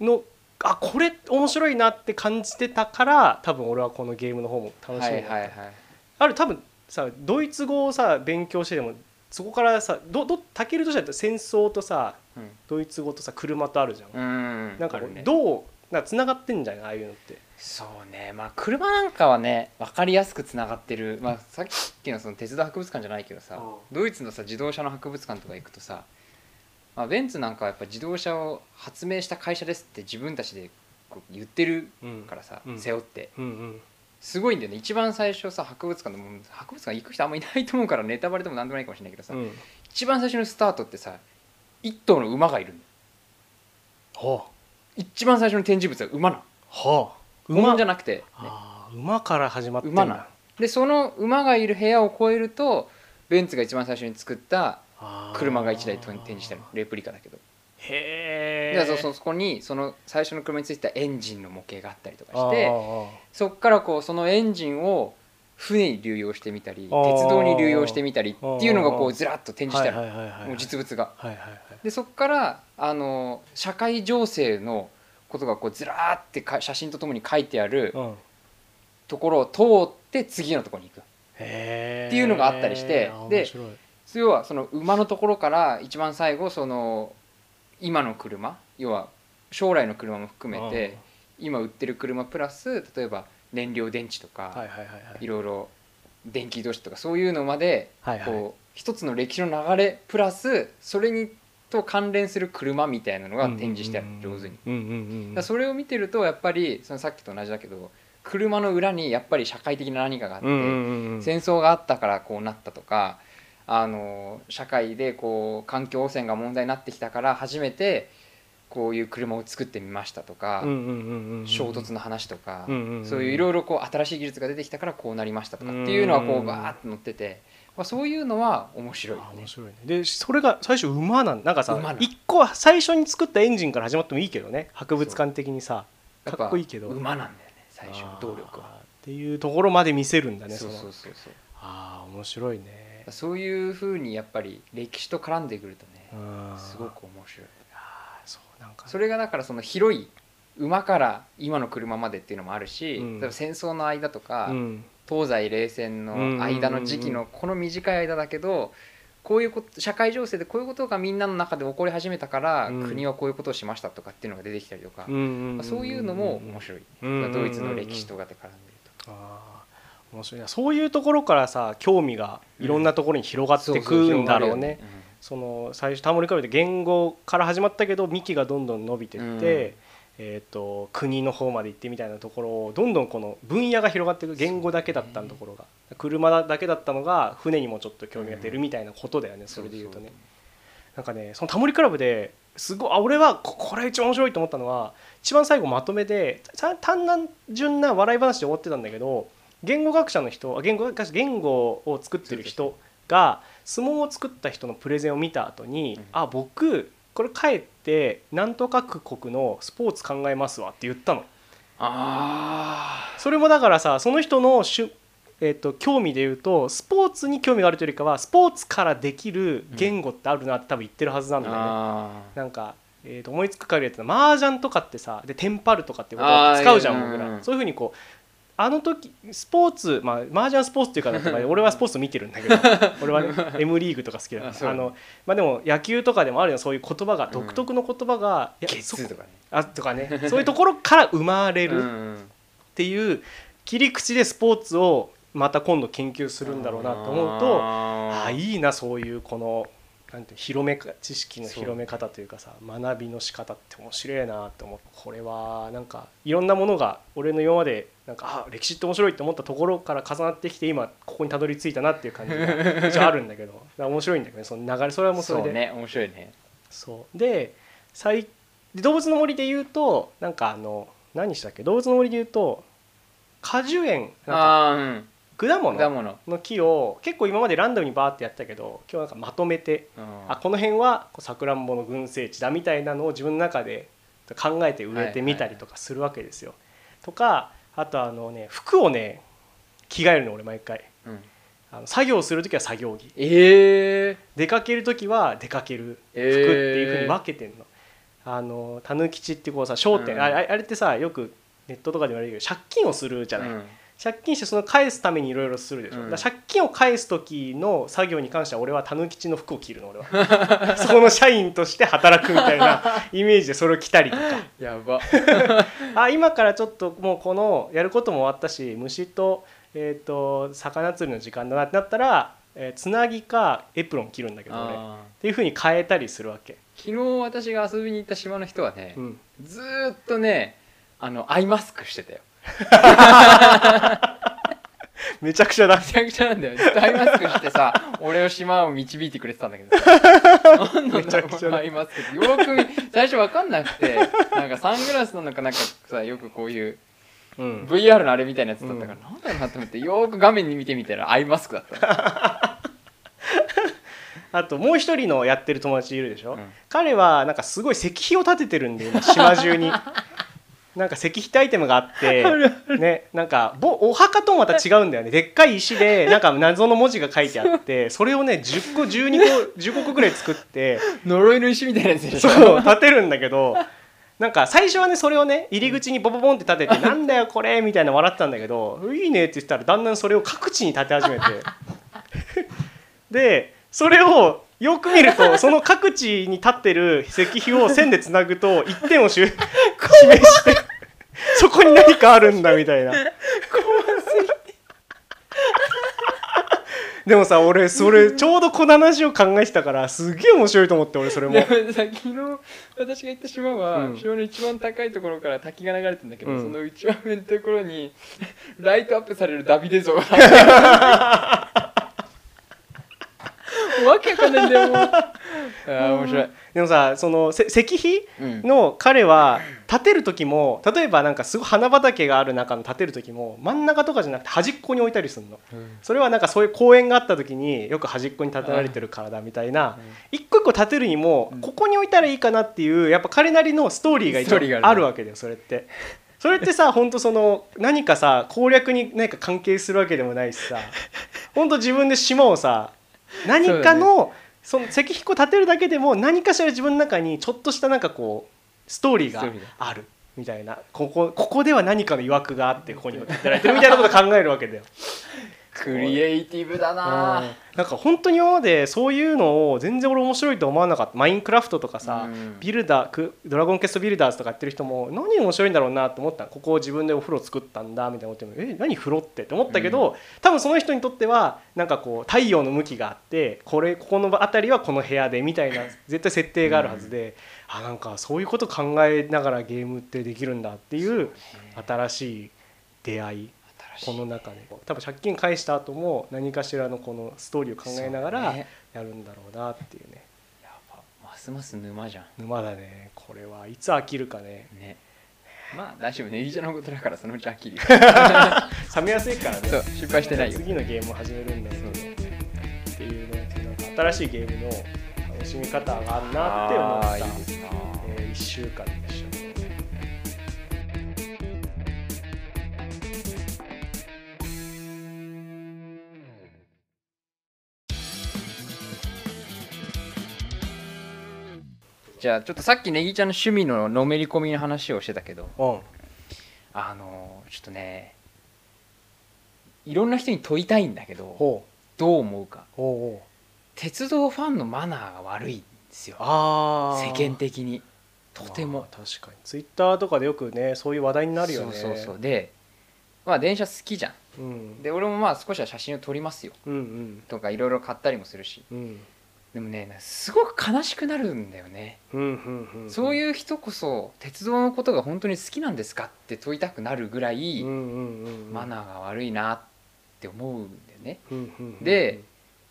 のあこれ面白いなって感じてたから多分俺はこのゲームの方も楽し
は
みに
い
なった
はいはい
ある多分さドイツ語をさ勉強してでもそこからさどどタケルとしては戦争とさ
うん
ドイツ語とさ車とあるじゃん、
うん
なんか
あ
こ
るね
うどうなんか繋がってんじゃないああいうのって
そうねまあ車なんかはね分かりやすくつながってる、まあ、さっきのその鉄道博物館じゃないけどさ
う
ドイツのさ自動車の博物館とか行くとさ、まあ、ベンツなんかはやっぱ自動車を発明した会社ですって自分たちでこう言ってる
うん
からさ、
うん
背負って
うんうん
すごいんだよね一番最初さ博物館のもう博物館行く人あんまいないと思うからネタバレでもなんでもないかもしれないけどさ、
うん
一番最初のスタートってさ一頭の馬がいるんだよ
は
一番最初の展示物は馬なの
あはあ
馬
馬
じゃなくて、ね、
あー馬から始まってんだ
馬なのでその馬がいる部屋を越えるとベンツが一番最初に作った
あー
車が1台展示してあるレプリカだけど、
へえ
でそそそこにその最初の車についてたエンジンの模型があったりとかし
あ
て
ー
そこからこうそのエンジンを船に流用してみたり鉄
あー
道に流用してみたりっていうのがこうずらっと展示してある、
はいはいはいはい
もう実物が。
はいはいはい
でそこからあの社会情勢のことがこうずらーってか写真とともに書いてある
うん
ところを通って次のところに行く
へー
っていうのがあったりして
あー
で
面白い
要はその馬のところから一番最後その今の車要は将来の車も含めて今売ってる車プラス例えば燃料電池と
うんはい
か
はいはいはい
いろいろ電気同士とかそういうのまで
はいはい
こう一つの歴史の流れプラスそれにと関連する車みたいなのが展示してある上手に。
うんうんうんうん
だからそれを見てるとやっぱりそのさっきと同じだけど車の裏にやっぱり社会的な何かがあって、
うんうんうんうん
戦争があったからこうなったとかあの社会でこう環境汚染が問題になってきたから初めてこういう車を作ってみましたとか、
うんうんうんうんうん
衝突の話とか、
うんうんうん
そういういろいろこう新しい技術が出てきたからこうなりましたとかっていうのはこ
う
うんバーって載ってて、まあ、そういうのは面白いよ
あー
ね
面。白いねでそれが最初馬なんなんかさ
馬なの
一個は最初に作ったエンジンから始まってもいいけどね博物館的にさ
や
かっこいいけど
ぱ馬なんだよね最初の動力は。
あーっていうところまで見せるんだね
そうそ
の
うそうそう
ああ面白いね
そういうふうにやっぱり歴史と絡んでくるとね
うん
すごく面白い
あーそうなんか
それがだからその広い馬から今の車までっていうのもあるし、
うん
例えば戦争の間とか、
うん
東西冷戦の間の時期
うんうんうんう
のこの短い間だけどこういうこと社会情勢でこういうことがみんなの中で起こり始めたから、
うん
国はこういうことをしましたとかっていうのが出てきたりとか、
うんうんんん
ま
ん
あそういうのも面白い、
うんうんうんうん
ドイツの歴史とかで絡んでると。
あー面白いなそういうところからさ興味がいろんなところに広がってくんだろうね。その最初タモリカルで言語から始まったけど幹がどんどん伸びてって、
うん
えー、と国の方まで行ってみたいなところをどんどんこの分野が広がっていく言語だけだったところが、車だけだったのが船にもちょっと興味が出るみたいなことだよね、それで言うとね。なんかねそのタモリクラブですごいあ俺はここれ一番面白いと思ったのは一番最後まとめでた単純な笑い話で終わってたんだけど言語学者の人あ言語学者言語を作ってる人が相撲を作った人のプレゼンを見た後に、
うん
あ僕これ帰ってなんとか国のスポーツ考えますわって言ったの
ああ
それもだからさその人の趣えっと興味で言うとスポーツに興味があるというよりかはスポーツからできる言語ってあるなって多分言ってるはずなんだよね。
あ
なんか、えー、と思いつく限りやったら麻雀とかってさでテンパるとかって言葉を使うじゃん
あー
僕
うんう
ら
ん
そういうふうにこうあの時スポーツまあ麻雀スポーツっていうかなんか
[laughs]
まあ俺はスポーツ見てるんだけど俺はね M リーグとか好きだ
あそう
あのまあでも野球とかでもあるよそういう言葉が
ん
独特の言葉が、
ー
いや
ゲッ
そ
ツーとかね
あとかねそういうところから生まれ
[laughs] うんう
るっ
ん
ていう切り口でスポーツをまた今度研究するんだろうなと思うと。あ
あ
あ
ー
いいなそういうこのなんて広めか知識の広め方というかさ学びの仕方って面白いなと思ってこれはなんかいろんなものが俺の今までなんかあ歴史って面白いって思ったところから重なってきて今ここにたどり着いたなっていう感じ [laughs] が一応あるんだけどだから面白いんだけどねその流れそれはもうそれ
そ
で
うね面白いね
そうで最で動物の森で言うとなんかあの何したっけ動物の森で言うと果樹園なんか果
あーうん
物
果物
の木を結構今までランダムにバーってやってたけど今日はなんかまとめて
うん
あこの辺はこうさくらんぼの群生地だみたいなのを自分の中で考えて植えてみたりとかするわけですよ。とかあとあのね服をね着替えるの俺毎回
うん
あの作業する時は作業着
ええ
出かける時は出かける服って
えー
いうふうに分けてんの。あのたぬきちってこうさ商店、
うん
あれあれってさよくネットとかでも言われるけど借金をするじゃない、
うん
借金してその返すためにいろいろするでしょ、
うん
だから借金を返す時の作業に関しては俺はたぬきちの服を着るの俺は [laughs] そこの社員として働くみたいなイメージでそれを着たりとか [laughs]
やば
あ今からちょっともうこのやることも終わったし虫と,、えー、と魚釣りの時間だなってなったら、えーつなぎかエプロン着るんだけど俺っ
あ
ていうふうに変えたりするわけ、
ー昨日私が遊びに行った島の人はね
うん、
ずーっとねあのアイマスクしてたよ
めちゃくちゃだ
めちゃくちゃなんだよずっとアイマスクし
[laughs]
てさ俺を島を導いてくれてたんだけどさなんなん
めち
だ
ゃ
ろ
くちゃ
うアイマスクってよく見最初わかんなくてなんかサングラスなのかなんかさよくこういう
うん
VR のあれみたいなやつだったから、
うん
なんだろうなと思ってよーく画面に見てみたらアイマスクだったの
あともう一人のやってる友達いるでしょ、
うん
彼はなんかすごい石碑を立ててるんで今 [laughs] 島中になんか石碑ってアイテムがあってねなんかぼお墓ともまた違うんだよねでっかい石でなんか謎の文字が書いてあってそれをね10個12個15個ぐらい作って
呪いの石みたいなやつでしょ
そう立てるんだけどなんか最初はねそれをね入り口にボボボンって立てて「なんだよこれ」みたいな笑ってたんだけど「いいね」って言ったらだんだんそれを各地に立て始めてでそれをよく見るとその各地に立ってる石碑を線でつなぐと1点をしゅ示してそこに何かあるんだみたいな。でもさ俺それちょうどこの話を考えてたからすげえ面白いと思って俺それも
でもさ昨日私が行った島は、
うん
島の一番高いところから滝が流れてんだけど、
うん
その一番上のところに [laughs] ライトアップされるダビデ [laughs] 像がわけわかんないんだよもうあー面白い、
でもさそのせ石碑
うん
の彼は建てる時も例えばなんかすごい花畑がある中の建てる時も真ん中とかじゃなくて端っこに置いたりするのそれはなんかそういう公園があった時によく端っこに建てられてるからだみたいな一個一個建てるにも
うん
ここに置いたらいいかなっていうやっぱ彼なりのストーリーが
ストーリー
一
があ
応あ
るね
るわけだよそれって。それってさ
[laughs]
本当その何かさ攻略に何か関係するわけでもないしさ本当自分で島をさ何かのその石碑を建てるだけでも何かしら自分の中にちょっとしたなんかこうストーリーが
ストーリーが
あるみたいなここここでは何かの曰くがあってここに置いていただいてるみたいなことを考えるわけだよ。
クリエイティブだな
うんなんか本当に今までそういうのを全然俺面白いと思わなかったマインクラフトとかさ、
うん
ビルダークドラゴンクエストビルダーズとかやってる人も何面白いんだろうなと思ったのここを自分でお風呂作ったんだみたいなこともえ何風呂ってって思ったけど、多分その人にとってはなんかこう太陽の向きがあってこれここの辺りはこの部屋でみたいな絶対設定があるはずで、あなんかそういうこと考えながらゲームってできるんだっていう新しい出会いこ
新しい
の中で多分借金返した後も何かしらのこのストーリーを考えなが
そう
ら
ね
やるんだろうなっていうね
やばますます沼じゃ
沼だねこれはいつ飽きるかね
んねまあ大丈夫ねいいじゃのことだからそのうち飽きる [laughs] よ
冷めやすいからね
そう失敗してないよ
次のゲームを始めるんだけどっていうねなんか新しいゲームの楽しみ方があるなって
あ
思
ー
っ
いい
た
ですなー
え1週間でしたね
じゃあちょっとさっきねぎちゃんの趣味ののめり込みの話をしてたけど
うん
あのちょっとねいろんな人に問いたいんだけど
ほう
どう思うか
ほうほう
鉄道ファンのマナーが悪いんですよ
あ
世間的にとても
まあ確かにツイッターとかでよくねそういう話題になるよね
そうそうそうでまあ電車好きじゃん
うん
で俺もまあ少しは写真を撮りますよ
うん
とかいろいろ買ったりもするし
うんうん
でもねすごく悲しくなるんだよね、
うんうんうん
そう
う
いう人こそ鉄道のことが本当に好きなんですかって問いたくなるぐらい、
んうんうんうん
マナーが悪いなって思うんだよね
うんうんうん
で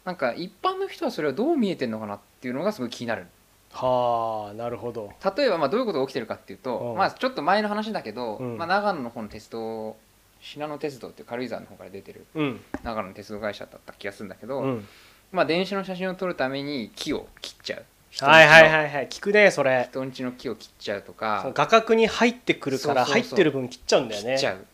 なんか一般の人はそれをどう見えてるのかなっていうのがすごい気になる
はあなるほど
例えばまあどういうことが起きてるかっていうと、
うん
まあ、ちょっと前の話だけど、
うん
まあ、長野の方の鉄道信濃鉄道っていう軽井沢の方から出てる
うん
長野の鉄道会社だった気がするんだけど、
うん
まあ、電車の写真を撮るために木を切っちゃう人んちの
はいはいはいはい聞くねそれ
人んちの木を切っちゃう
そ
と
の
か
画角に入ってくるから
そうそう
入
そ
っ
う
てる分切っちゃうんだよ
切っちゃ
ね
う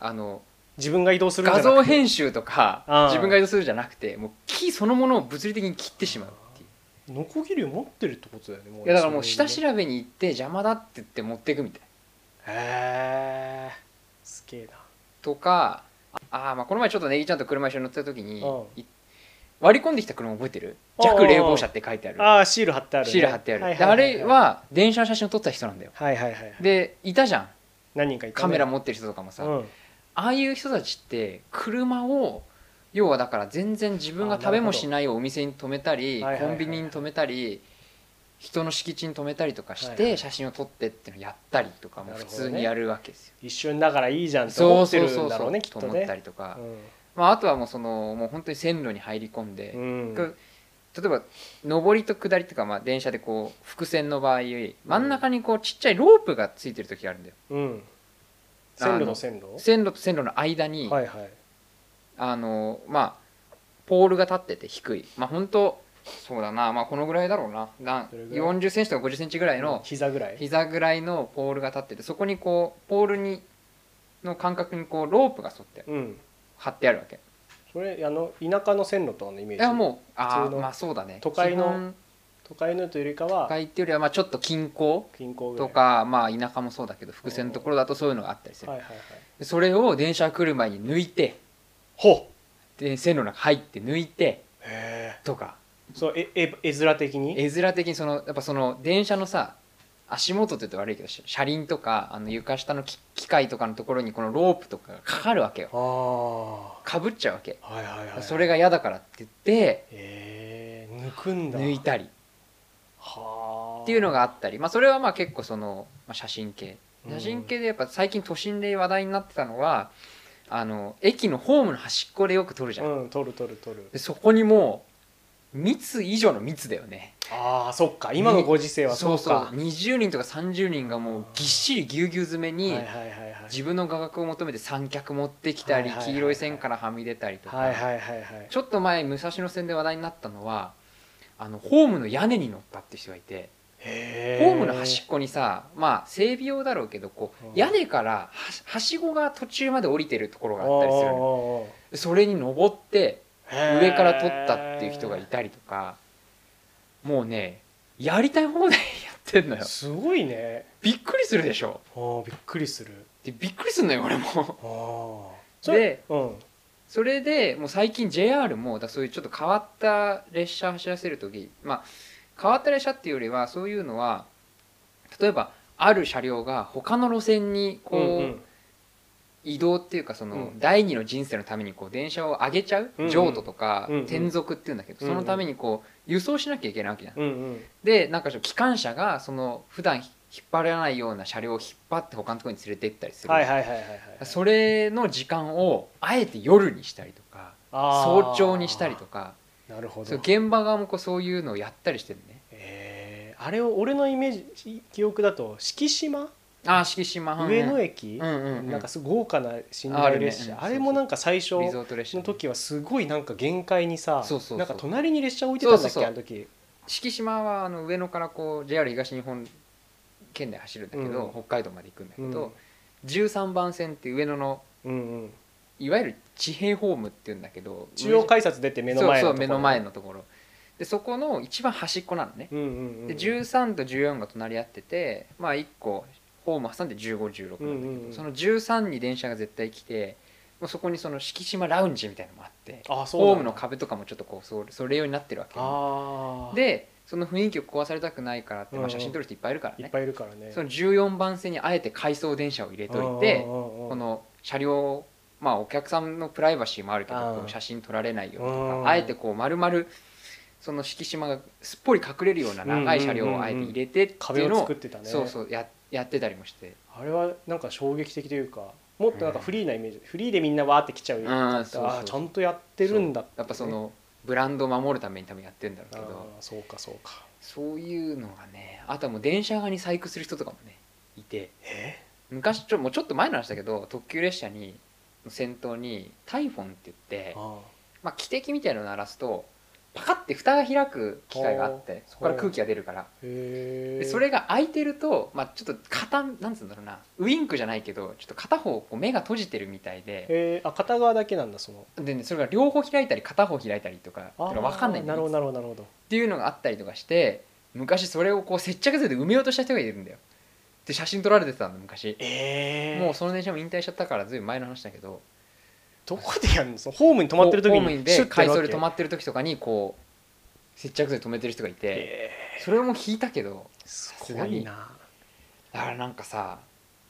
あの
自分が移動するんじゃな
画
くて
像編集とか
うん
自分が移動するじゃなくてもう木そのものを物理的に切ってしまうっていう
ノコギリを持ってるってことだよねもう
いやだからもう下
それ
調べに行って邪魔だって言って持ってくみたい
へえすげえな
とかああまあこの前ちょっとネギちゃんと車一緒に乗ってた時に
うん
い割り込んできた車覚えてる
うんうんうん
弱冷房車って書いてある
ああシール貼ってある、ね、
シール貼ってある、
はい
で
はい
あ
はいはい
れは電車の写真を撮った人なんだよ
はいはいはい
でいたじゃん
何人かいたね、
カメラ持ってる人とかもさ、
う
あ
ん、
あいう人たちって車を要はだから全然自分が食べもしないお店に止めたり
あなるほ
コ
ど
ンビニに止めたり人の敷地に止めたりとかし
はいは
て
い
写真を撮ってっていうのをやったりとかも
なる
普
ほどね
通にやるわけですよ
一瞬だからいいじゃんって
そ
思
う
って
そ
る
うそ
ん
う
だ
そ
ろう
う
ねきっと
思った
ね
りとか、
うん
まあ、あとはもうそのもう本当に線路に入り込んで、
うん
こう例えば上りと下りとか、まあ、電車でこう伏線の場合真ん中にこうちっちゃいロープがついてる時があるんだよ
うん、線路
あ
と
の
線路
線路と線路の間に、
はいはい
あのまあポールが立ってて低いまあ本当そうだなまあこのぐらいだろうなな
どれぐらい
40センチとか50センチぐらいの
膝ぐらい
膝ぐらいのポールが立っててそこにこうポールにの間隔にこうロープが沿って
うん
張ってあるわけ
それあの田舎の線路とかのイメー
い
ジ
やもうあ
普
あ
通の
まあそうだね
都会の
基本
都会のというよりか
都
は
会っていうよりはまあちょっと近郊
近郊ぐら
と
い
かまあ田舎もそうだけど伏線のところだとそういうのがあったりする、
はいはいはい
でそれを電車が来る前に抜いて
ほう
で線路の中入って抜いて
へえ
とか
そうええ絵面的に
絵面的にそのやっぱその電車のさ足元って言うと悪いけどし車輪とかあの床下のき機械とかのところにこのロープとかがかかるわけよ
ああ
かぶっちゃうわけ
はいはいはいはい
それが嫌だからって言って
えー、抜くんだ
抜いたりっ
はあ
ていうのがあったりまあそれはまあ結構そのまあ写真系
うん
写真系でやっぱ最近都心で話題になってたのはあの駅のホームの端っこでよく撮るじゃん、
うん取る取る取る
でそこにもう密以上の密だよね
ああそっか今のご時世はそ
そうう
か
そう20人とか30人がもうぎっしりぎゅうぎゅう詰めに
はいはいはいはい
自分の画角を求めて三脚持ってきたり
はいはいはいはい
黄色い線からはみ出たりと
はい
か
はいはいはい
ちょっと前武蔵野線で話題になったのはあのホームの屋根に乗ったって人がいて
へ
ホームの端っこにさまあ整備用だろうけどこう
うん
屋根からはしはしごが途中まで降りてるところがあったりするの
こ
それに登って上から撮ったっていう人がいたりとかもうねやりたい放題やってんのよ
すごいね
びっくりするでしょ
あーびっくりする
でびっくりするのよ俺も
あーそれ
で
うん
それでもう最近 JR もだからそういうちょっと変わった列車走らせる時まあ変わった列車っていうよりはそういうのは例えばある車両が他の路線にこう、
うんうん
移動っていうかその、
うん
第二の人生のためにこう電車を上げちゃう、
うんうん
譲渡とか、
うんうん
転属っていうんだけど、そのためにこう輸送しなきゃいけないわけじゃん。
うんうん
でなんかちょっと機関車がその普段ひ引っ張らないような車両を引っ張って他のところに連れて行ったりする、
はいはいはいはいはい
それの時間をあえて夜にしたりとか
あー
早朝にしたりとか
なるほ
そう
ど
現場側もこうそういうのをやったりしてるね。
えーあれを俺のイメージ記憶だと敷島
あー敷島うん
上野駅
うんうんうん
なんかすごい豪華な寝台列車あ,、
あるねうん
れもなんか最初
リゾート列車
の時はすごいなんか限界にさ
そうそうそう
なんか隣に列車置いてたんだっけ
そうそうそう
あの時
敷島はあの上野からこう JR 東日本県内走るんだけど、
うん
北海道まで行くんだけ
うん
ど、13番線って上野の
うんうん
いわゆる地平ホームっていうんだけど
中央改札出て目の前
そ
の
うそう目の前のところでそこの一番端っこなのね
うんうんうん
で13と14が隣り合っててまあ1個ホーム挟んで1516なんだ
う
けど、
んうんうん
その13に電車が絶対来てもうそこにその敷島ラウンジみたいなのもあって
あそう
ホー
な
ム
ん
の
だ
壁とかもちょっとこうそれそれ用になってるわけよ
あー
でその雰囲気を壊されたくないからっ
う
て、
んう
まあ、
ん
写真撮る人いっぱいいるから
いっ
ね
ぱいいるからね
その14番線にあえて回送電車を入れといてこ
こ
の車両まあお客さんのプライバシーもあるけど
うん
こう写真撮られないよと
うん
かあえてこう丸々その敷島がすっぽり隠れるような長い車両をあえて入れてってい
壁
うの
を
を
作ってたね
そうそうややってたりもして
あれはなんか衝撃的というかもっとなんかフリーなイメージ、フリーでみんなわーって来ちゃうよ、うあ
ああそう
ーち
そ
ゃ
うん
とやってるんだってね、
やっぱそのブランドを守るために多分やってるんだろう
あ
けど
ーそうかそうか
そういうのがねあとはもう電車側に細工する人とかもねいて
え
昔ちょもうちょっと前の話だけど特急列車に先頭にタイフォンって言って
あ
まあ、汽笛みたいなのを鳴らすとパカッて蓋が開く機械があってそこから空気が出るから
ーへ
で
え
それが開いてると、まあ、ちょっと片なんつうんだろうなウインクじゃないけどちょっと片方こう目が閉じてるみたいで
えー、あ片側だけなんだその
で、ね、それが両方開いたり片方開いたりとかっていうのが分かんないんだ
なるほ
よ
どな
ね
るほどなるほど
っていうのがあったりとかして昔それをこう接着剤で埋めようとした人がいるんだよで写真撮られてたんだ昔
ええ
もうその電車も引退しちゃったからずいぶん前の話だけど
どこでやるのそのホームに止まってる時
ホ
に
ームで回送で止
っ
まってる時とかにこう接着剤止めてる人がいて、
て
それも引いたけど
す
す
ご
ご
い
い
な
だからなんかさ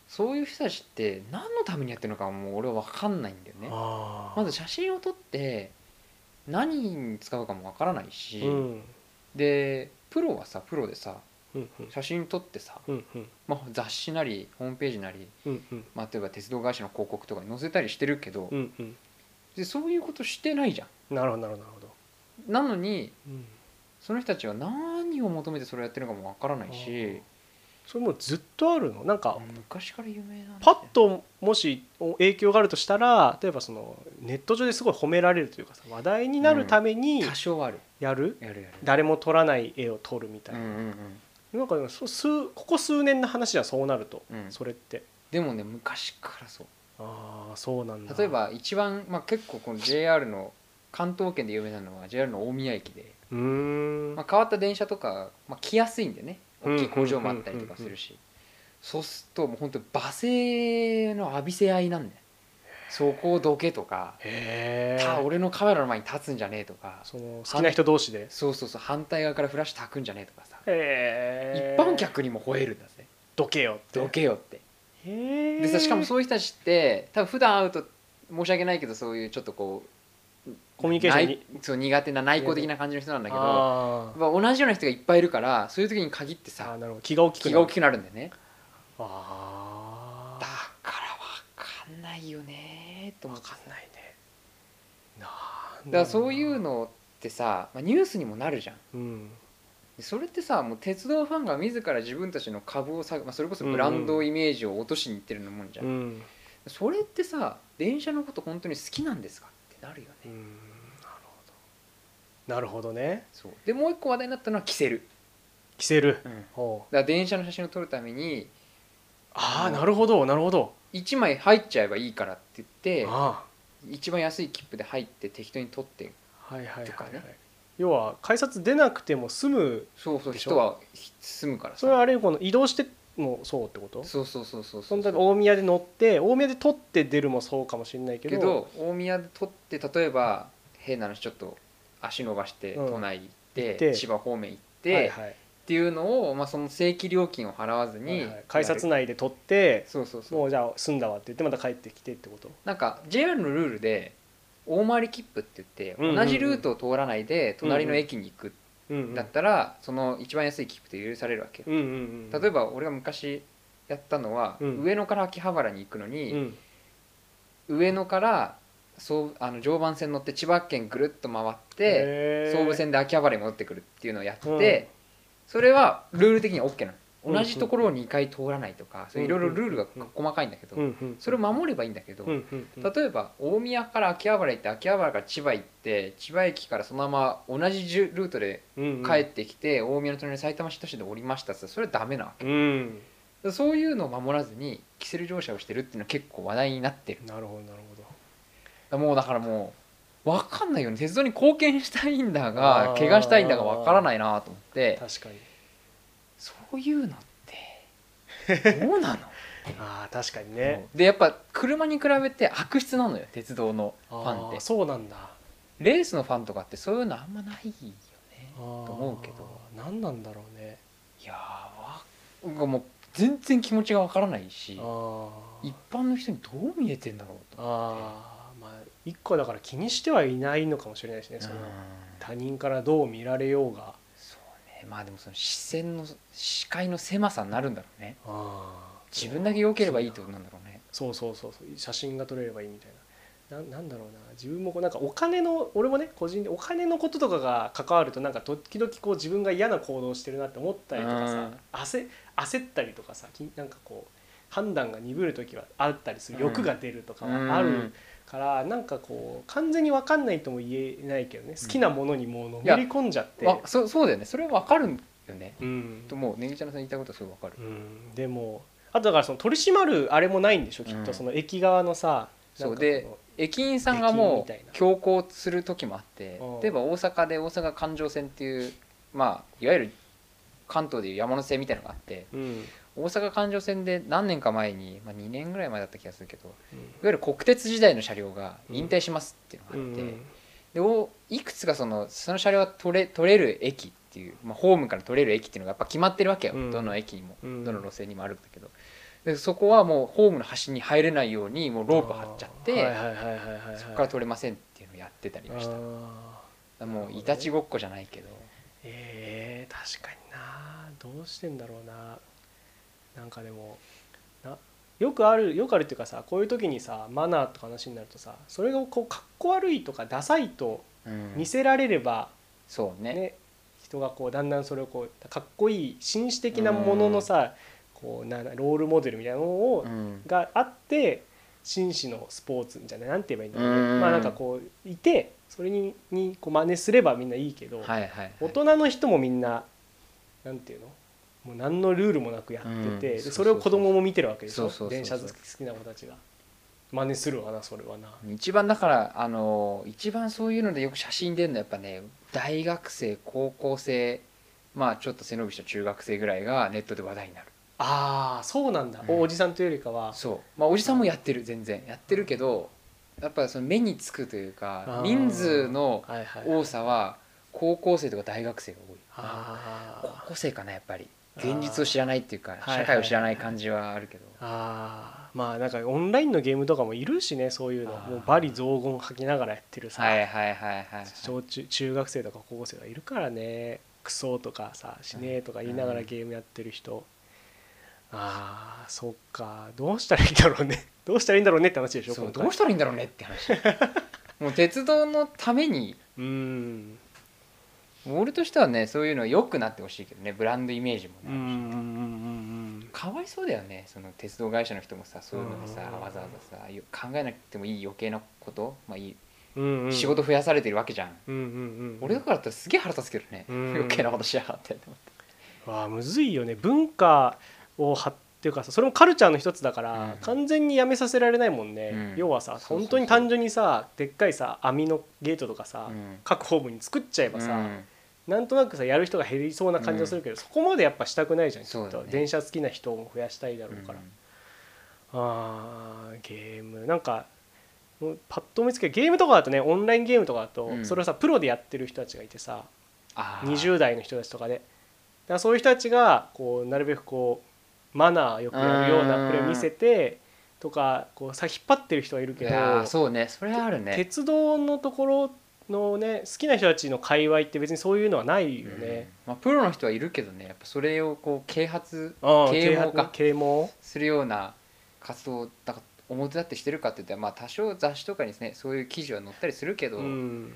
そういう人たちって何のためにやってるのかもう俺は分かんないんだよね
あー
まず写真を撮って何に使うかも分からないし、
うん
でプロはさプロでさ
うんうん
写真撮ってさ、
うんうん
まあ、雑誌なりホームページなり、
うんうん
まあ、例えば鉄道会社の広告とかに載せたりしてるけど、
うんうん
でそういうことしてないじゃ
なるほどなるほどなるほど、
んなのに
うん、
その人たちは何を求めてそれをやってるのかも分からないし
それもうずっとあるのなんか、
昔から有名なんだ
パ
よ
ッともし影響があるとしたら例えばそのネット上ですごい褒められるというかさ話題になるために
多少はある
やる、
やるやる
誰も撮らない絵を撮るみたい
うん
な,、
うん
なんかでもそう数ここ数年の話じゃんそうなると、
うんうん
それって
でもね昔からそう
ああそうなんだ
例えば一番、まあ、結構この JR の関東圏で有名なのは JR の大宮駅で、
うーん、
まあ、変わった電車とか、まあ、来やすいんでね
うん
大きい工場もあったりとかするしそうするともう本当に罵声の浴びせ合いなんだよそこをどけとか「
へ
た
え
俺のカメラの前に立つんじゃねえ」とか
その好きな人同士で
そうそうそう反対側からフラッシュ焚くんじゃねえとかさ
へえ
一般客にも吠えるんだぜ
どけよって
どけよって
へえ
でさしかもそういう人たちって多分普段会うと申し訳ないけどそういうちょっとこう
コミュニケーションに
ないそう苦手な内向的な感じの人なんだけどや
あ
っぱ同じような人がいっぱいいるからそういう時に限って
ーあー
さ
なるほど気が大きくな
気
る
が大きくなるんだよね
あ
だ
あ
から分かんないよねと思っ
分
て
かんないねなん
だ
だ
からそういう、のってさ、まあ、ニュースにもなるじゃん
うん、
でそれってさもう鉄道ファンが自ら自分たちの株を下げ、まあ、それこそブランドイメージを落としにいってるのもんじゃん、
うん
それってさ電車のこと本当に好きなんですかってなるよね
うんなるほどなるほどね
そうでもう一個話題になったのは着せる、
着せる
だか
ほう
ら電車の写真を撮るために
ああなるほどなるほど
1枚入っちゃえばいいからって言って
あ
一番安い切符で入って適当に取って
あはいはいはい、
と
は
か
い
ね
要は改札出なくても済む
そうそう
でしょ
人は住むから
それは
さ
あれよこの移動してもそうってこと
そうそうそうそう
そ
そ
の
う
例えば大宮で乗って大宮で取って出るもそうかもしれないけど
けど大宮で取って例えば変な話ちょっと足伸ばして
うん
都内行っ
行
て,、
って
千葉方面行って、
はいはい
っていうのを、まあ、その正規料金を払わず
はい
に
はい改札
やる
内で取って
そうそうそう
もうじゃあ済んだわって言ってまた帰ってきてってこと
なんか JR のルールで大回り切符って言って
うんうんうん
同じルートを通らないで隣の駅に行く
うんうん
だったらその一番安い切符で許されるわけよ
うんうんうん
例えば俺が昔やったのは
うん
上野から秋葉原に行くの
う
に
ん
上野からそうあの常磐線乗って千葉県ぐるっと回って
へー
総武線で秋葉原に戻ってくるっていうのをやっ
うん
てそれはルール的には OK な
うん
の同じところを2回通らないとかそういろいろルールが細かいんだけど
うんうん
それを守ればいいんだけど
うんうんうん
例えば大宮から秋葉原行って秋葉原から千葉行って千葉駅からそのまま同じじゅルートで
うん
帰ってきて、大宮の隣の埼玉市としてで降りましたってそれはダメなわけ
うん
だからそういうのを守らずにキセル乗車をしてるっていうのは結構話題になってる
なるほどなるほど
だからもうだからもう分かんないよね鉄道に貢献したいんだ
あ
が
ー
怪我したいんだが分からないなと思って
確かに
そういう
[laughs]
のってどうなの
あー確かにね
でやっぱ車に比べて悪質なのよ鉄道のフ
あ
ァンっ
ー
て
そうなんだ
レースのファンとかってそういうのあんまないよね
と
思うけど
何なんだろうね
いやーわもう全然気持ちが分からないし
あー
一般の人にどう見えてんだろうと
あーまあ一個だから気にしてはいないのかもしれないしねその
うん
他人からどう見られようが
そうねまあでもその視線の視界の狭さになるんだろうね
あー
自分だけ良ければいいってことなんだろうね
そうそうそうそう写真が撮れればいいみたいなななんだろうな自分もこうなんかお金の俺もね個人でお金のこととかが関わるとなんか時々こう自分が嫌な行動してるなって思ったりとかさ焦焦ったりとかさきなんかこう判断が鈍る時はあったりする
うん
欲が出るとかはあ
うん
るからなんかこう完全に分かんないとも言えないけどね好きなものにもうのめり込んじゃって。
わそそうだよねそれは分かるよね
うん
ともうねぎちゃんのさん言いたいことはすごい分かる
うんでもあとだからその取り締まるあれもないんでしょきっ
う
と
ん
その駅側のさ
そう
なんかこの
で駅員さんがも
駅員みたいうな
強行する時もあって
うん
例えば大阪で大阪環状線っていうまあいわゆる関東でいう山手線みたいなのがあって
うん
大阪環状線で何年か前に、まあ、2年ぐらい前だった気がするけどいわゆる国鉄時代の車両が引退しますっていう
うん
のがあって、
うん
でおいくつかそのその車両が取れ取れる駅っていう、まあ、ホームから取れる駅っていうのがやっぱ決まってるわけよ、
うん
どの駅にも、
うん
どの路線にもあるんだけどでそこはもうホームの端に入れないようにもうロープ張っちゃって、
はいはいはいはいはいはい
そこから取れませんっていうのをやってたりました、
あー
もういたちごっこじゃないけど
えー、確かになどうしてんだろうななんかでもなよくあるよくあるっていうかさこういう時にさマナーとか話になるとさそれがこうかっこ悪いとかダサいと
うん
見せられれば、
そうね
ね、人がこうだんだんそれをこうかっこいい紳士的なもののさ、こうなロールモデルみたいなのを
うん
があって紳士のスポーツみたいななんて言えばいいんだろうね
うん
まあなんかこういてそれににこう真似すればみんないいけど、
はいはいはい
大人の人もみんななんていうのもう何のルールもなくやって
うん
て、で
そう
それを子供も見てるわけでし
そ
ょ
うそうそうそう
電車好きな子たちが真似するわなそれはな。
一番だからあの一番そういうのでよく写真出るのはやっぱね大学生高校生まあちょっと背伸びした中学生ぐらいがネットで話題になる
あーそうなんだ、
うん
おおじさんというよりかは
そうまあおじさんもやってる全然やってるけどやっぱその目につくというか
あー
人数の
はいはいはい
多さは高校生とか大学生が多い
あ
高
ー
校生かなやっぱり
あー
現実を知らないっていうか
はいはい
社会を知らない感じはあるけど
あーまあなんかオンラインのゲームとかもいるしねそういうの
あー
もうバリ雑言吐きながらやってるさ、
はいはいはいはい
小中中学生とか高校生がいるからねクソとかさしねえとか言いながらゲームやってる人、あーそっかどうしたらいいんだろうね [laughs] どうしたらいいんだろうねって話でしょ
そう
今
ど
回
うしたらいいんだろうねっ
[laughs]
て話もう鉄道のために
うーん
俺としてはねそういうの良くなってほしいけどねブランドイメージも
うんうんうんう
ね、
ん
かわいそうだよねその鉄道会社の人もさそういうのにさ
うん
わざわざさよ考えなくてもいい余計なこと、まあ、いい
うんうん
仕事増やされてるわけじゃん、
うんうんうん
俺だからだったらすげえ腹立つけどね、
うん
余計なことしやがって
わあむずいよね文化をはっていうかさそれもカルチャーの一つだから、
うん
完全にやめさせられないもんね、
うん
要はさ
そうそうそう
本当に単純にさでっかいさ網のゲートとかさ、
うん
各ホームに作っちゃえばさ、
うん
なんとなくさやる人が減りそうな感じがするけど、そこまでやっぱしたくないじゃんきっ
そうだ
と、
ね
電車好きな人も増やしたいだろうから、
うん
あーゲームなんかもうパッと思いつけどゲームとかだとねオンラインゲームとかだと、
うん
それをさプロでやってる人たちがいてさ
あー
20代の人たちとかでだからそういう人たちがこうなるべくこうマナーよくやるよう
う
なんプレーを見せてとかこうさ引っ張ってる人はいるけ
い
ど
やーそうねそれはあるね
鉄道のところのね好きな人たちの界隈って別にそういうのはないよね。
うんまあ、プロの人はいるけどねやっぱそれをこう啓発
うん
啓蒙か
啓蒙
するような活動をだから表立ってしてるかって言ったら、まあ、多少雑誌とかにですねそういう記事は載ったりするけど、
うん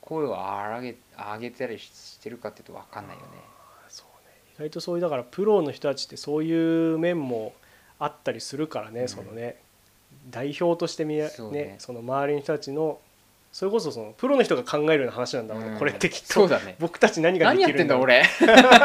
声を荒げ上げたりしてるかっていうと分かんないよね
そうね意外とそういうだからプロの人たちってそういう面もあったりするからね、
うん
そのね代表としてみや
そう
ね
ね
その周りの人たちのそれこそそのプロの人が考えるような話なんだろうね、
うん
これってきっ
そ
と
うだね
僕たち何がで
何やっ
きる
てんだ俺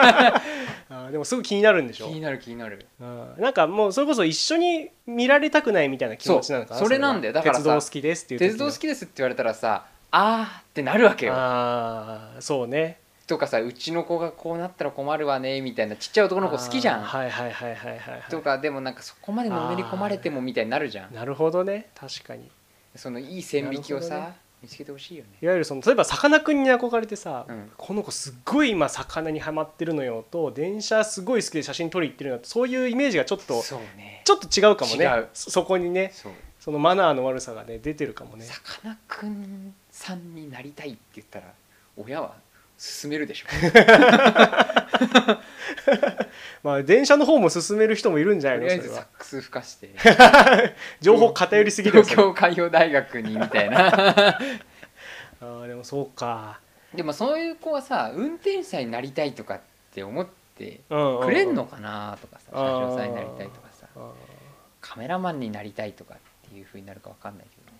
あーでもすぐ気になるんでし
気
ょ
になる気になる
うんなんかもうそれこそ一緒に見られたくないみたいな気持ちなのかな
そうそれなんだよだからさ
鉄道好きですっていう時
鉄道好きですって言われたらさあーってなるわけよ
ああそうね
とかさうちの子がこうなったら困るわねみたいなちっちゃい男の子好きじゃん、
あーはいはいはいはいはいはい
とかでもなんかそこまでのめり込まれてもみたいになるじゃん
なるほどね確かに
そのいい線引きを
な
さ、
るほどね
見つけてほしいよね
いわゆるその例えばさかなクンに憧れてさ、
うん
この子すっごい今魚にはまってるのよと電車すごい好きで写真撮り行ってるのよとそういうイメージがちょっと
そうね
ちょっと違うかも
違
ね
う
そそこにね
そう
そのマナーの悪さがね出てるかもね
さかなクンさんになりたいって言ったら親は勧める
[laughs]
でしょ
まあ電車の方も進める人もいるんじゃ
と
ないの
り
そ
あえ
れ
ずサッ
は
クス吹かして
[laughs] 情報偏りすぎるよ
東京海洋大学にみたい
[laughs]
な
それはあーでもそうか
でもそういう子はさ運転手さんになりたいとかって思って
く
くれんのかなとかさ車掌さんになりたいとかさ
あー
カメラマンになりたいとかっていうふうになるかわかんないけどね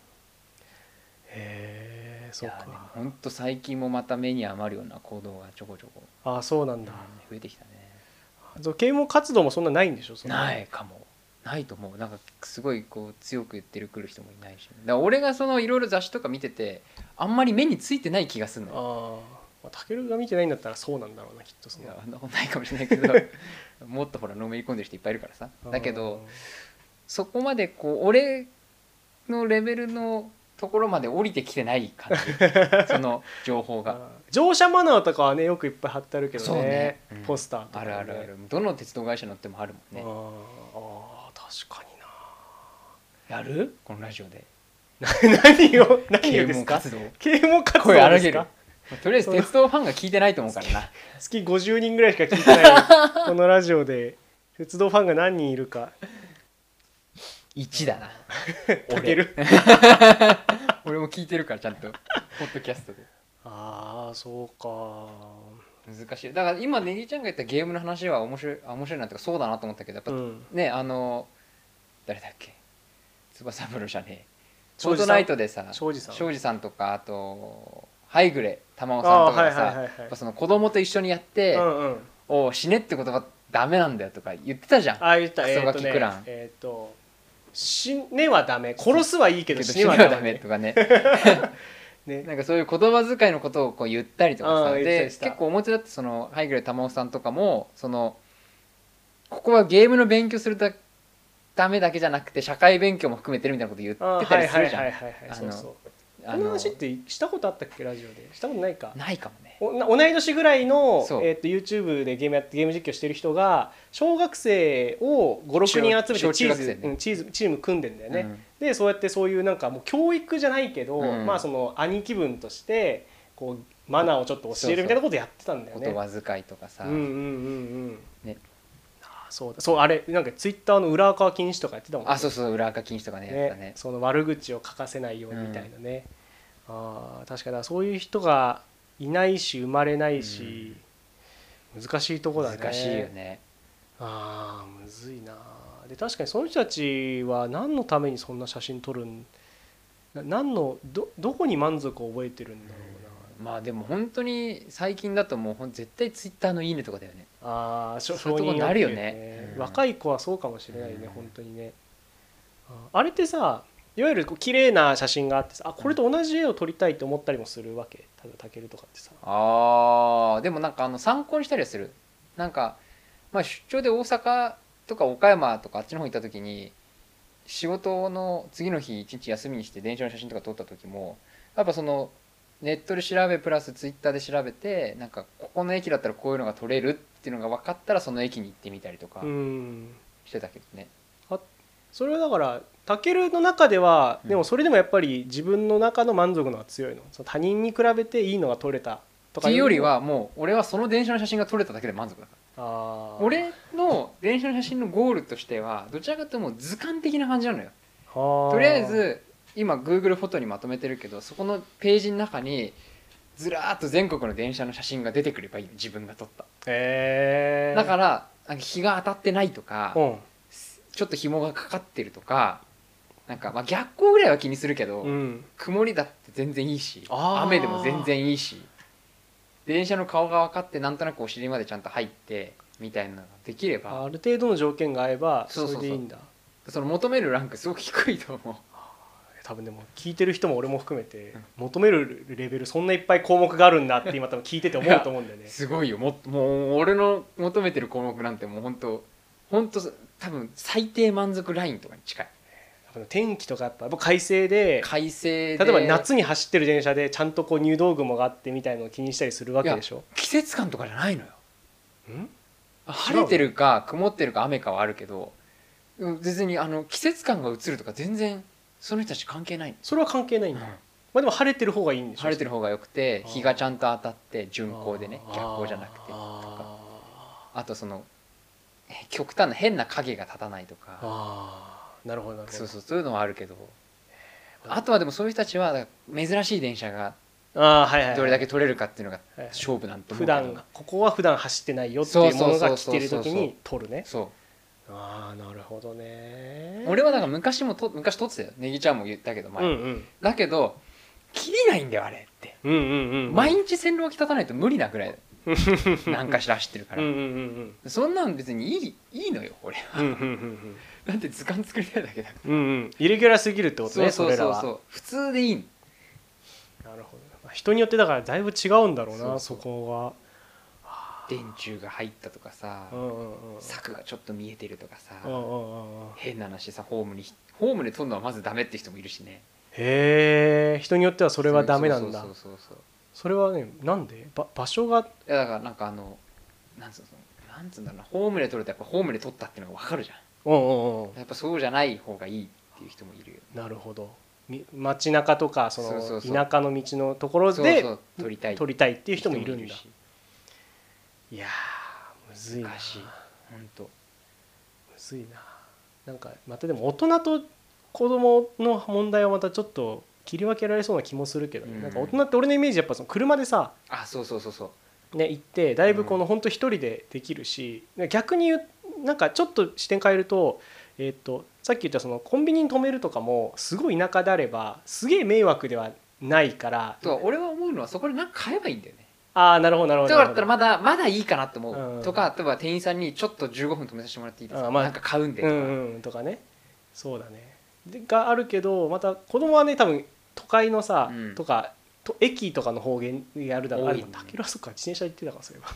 へえ
い
そう
やーでも
か
ほんと最近もまた目に余るような行動がちょこちょこ
あーそうなんだ
増えてきたね
そう啓蒙活動もそんなないんでしょそん
ないかもないと思うなんかすごいこう強く言ってるくる人もいないし、だから俺がそのいろいろ雑誌とか見ててあんまり目についてない気がする
あ
のよ
ーまあたけるが見てないんだったらそうなんだろうなきっとそ
い
の
やそんなことないかもしれないけ
[laughs]
どもっとほらのめり込んでる人いっぱいいるからさだけどそこまでこう俺のレベルのところまで降りてきてない
[laughs]
感じその情報
あー
が
あー乗車マナーとかはねよくいっぱい貼ってあるけど
そう
ね
ねうん
ポスターとか
あ
ね
るあるあるどの鉄道会社乗ってもあるもん
あー
ね
あー確かにな
やるこのラジオで
[laughs] 何を何をで
啓
す
蒙
か
活動
啓蒙活動
声荒
で
げ
す
る
か
とりあえず鉄道ファンが聞いてないと思うからな
月50人ぐらいしか聞い
[laughs]
てないこのラジオで鉄道ファンが何人いる
[laughs]
か
1だな
たける
俺も聞いてるからちゃん
[laughs]
とポッドキャストで
ああそうか
難しいだから今ネギちゃんが言ったゲームの話は面白いあ [laughs] 面白いなっていうかそうだなと思ったけどやっぱ、
うん
ねあの誰だっけ翼三郎じゃねえフォ
庄司
ー
さん
トナイトでさ
庄司さん
さんとかあとハイグレ玉緒さん
あ
と
ー
か
は
が
い
さ、
はいはいはい
やっぱその子供と一緒にやって
う
「
んうん
おう死ね」って言葉ダメなんだよとか言ってたじゃん
ああ言った
クソ
えっ
ガ
と
キ
ね
クラン
えっと死ねはダメ殺すはいいけど死ねは
は
ダ
ダメ
メ
とかね
ね
なんかそういう言葉遣いのことをこう言ったりとか
あ
さ
ー
で
言ったりした
結構表だってそのハイグレ玉緒さんとかもそのここはゲームの勉強するだためだけじゃなくて社会勉強も含めてるみたいなこと言
あ
ってた
は
り
い
す
はいはい
るじゃ
は
ん
いはい
あの
そうそう
あ
この
の
話ってしたことあったっけラジオでしたことないか
ないかもね
おな同い年ぐらいの、
そう
えっと YouTube でゲームやってゲーム実況してる人が小学生を56人集めて
小
チ
中
ー
学
ズ、
生ね
うんチーズチーム組んでんだよね、
うん
でそうやってそういうなんかもう教育じゃないけど、
うん
まあその兄貴分としてこうマナーをちょっと教えるみたいなことやってたんだよね
言。葉遣いとかさ、
うんうんうんうん。
ね
ああそうだそうあれなんかツイッターの裏側禁止とかやってたもん
あそうそう裏垢禁止とかねやってたね
その悪口を書かせないようにみたいなね、ああ確かにそういう人がいないし生まれないし、難しいとこだね
難しいよね
ああむずいなで確かにその人たちは何のためにそんな写真撮るんな何のどどこに満足を覚えてるんだろうな、
まあでも本当に最近だともうほん絶対ツイッターの「いいね」とかだよね
ああしょ
そう
承
いうとこ
認
になるよね
欲求ね
うん
若い子はそうかもしれないね、
うん
本当にねああれってさいわゆるこう綺麗な写真があってさあこれと同じ絵を撮りたいと思ったりもするわけただたけるとかってさ
あーでもなんかあの参考にしたりはするなんか、まあ、出張で大阪とか岡山とかあっちの方行った時に仕事の次の日一日休みにして電車の写真とか撮った時もやっぱそのネットで調べプラスツイッターで調べてなんかここの駅だったらこういうのが撮れるっていうのが分かったらその駅に行ってみたりとか
うん
してたけどね、
それはだからたけるの中では
うん
でもそれでもやっぱり自分の中の満足のが強いのその他人に比べていいのが撮れたと
って
か
いうよりはもう俺はその電車の写真が撮れただけで満足だから
あー
俺の電車の写真のゴールとしてはどちらかというともう図鑑的な感じなのよと
と
りあえず今 Google フォトにまとめてるけどそこのページの中にずらーっと全国の電車の写真が出てくればいいの自分が撮った、
へえ
だからなんか日が当たってないとか、
うん
ちょっと紐がかかってるとかなんかまあ逆光ぐらいは気にするけど、
うん
曇りだって全然いいし
あー
雨でも全然いいし電車の顔が分かってなんとなくお尻までちゃんと入ってみたいなのができれば
ある程度の条件が合えば
そ
そう
そ
れ
うそう
でいいんだ
その求めるランクすごく低いと思う
多分でも聞いてる人も俺も含めて求めるレベルそんないっぱい項目があるんだって今多分聞いてて思うと思うんだよね。
すごいよももう俺の求めてる項目なんてもう本当本当多分最低満足ラインとかに近い
多分天気とかやっぱ僕快晴で
快晴
例
で
えば夏に走ってる電車でちゃんとこう入道雲があってみたいのを気にしたりするわけでしょ。
季節感とかじゃないのよ
ん
晴れてるか曇ってるか雨かはあるけどうん別にあの季節感が映るとか全然その人たち関係ない
それは関係ないんだ。
うん
まあでも晴れてる方がいいんでしょ。
晴れてる方がよくて
あー
日がちゃんと当たって巡光でね逆光じゃなくて
あ
あとそのえ極端な変な影が立たないと
ー
か
あーなるほどなるほ
そ
ど
うそうそういうのはあるけど
えー
あとはでもそういう人たちはだから珍しい電車が
あーはいはいはい
どれだけ取れるかっていうのが
はいはい
勝負なんと
普
思うけど
段ここは普段走ってないよっていうものが来てる
そうそうそうそう
時に撮るね
そ
ああなるほどね
う俺はなんか昔もと昔撮ってたよネギちゃんも言ったけど
うん
前、
うん
だけど切れないんだよあれって
うんうんうん
毎日線路脇立たないと無理な
[laughs]
ぐらい何かしら走ってるか
う
ら、
んうんうん
そんなん別にいいいいのよ俺は
うんうんうん
だって図鑑作りたいだけだから
うんうんうんイレギュラーすぎるってこと
そう
ね
そ
そうれ
そ
ら
う
は
そう普通でいいの
なるほどまあ人によってだからだいぶ違うんだろうな
そ
そう
そう
こ
電柱が入ったとかさ
はうんうんうん
柵がちょっと見えてるとかさ
うんうんうんうん
変な話さホームにホームで撮るのはまずダメって人もいるしね
へえ人によってはそれはダメなんだ
そうそうそうそう
それはねなんでば場所が
いやだからなんかあのなんつうのなんつうんだろうなホームで撮るとやっぱホームで撮ったっていうのが分かるじゃ
うんうんうん
んやっぱそうじゃない方がいいっていう人もいるよ
なるほどみ街中とかそ
そうそ
の
うそう
田舎の道のところ
そう
で
そう撮りたい
撮
り
りたいっていう人もいるんだ
し
いやーむずいなむ
難しい本当
ずいななんかまたでも大人と子供の問題はまたちょっと切り分けられそうな気もするけどね、
うん
なんか大人って俺のイメージやっぱその車でさ、
あそうそうそうそう
ね、行ってだいぶこ
う
の本当一人でできるし逆に言うなんかちょっと視点変えると,、えーっとさっき言ったそのコンビニに止めるとかもすごい田舎であればすげえ迷惑ではないから
とか俺は思うのはそこで何か買えばいいんだよね
ああなるほどなるほ
と
ど
かだったら
なる
まだまだいいかなと思う、
うん
とか例えば店員さんにちょっと15分止めさせてもらっていいですか、
あまあ
なんか買うんで
ほ
と
ど
か、
うんうんとかねそうだねでがあるけどまた子供はね多分都会のさ、
うん
とかと駅とかの方言やるだろうあ
多い
でもたけるはそっか自転車行ってたからそういえ
[laughs]
ば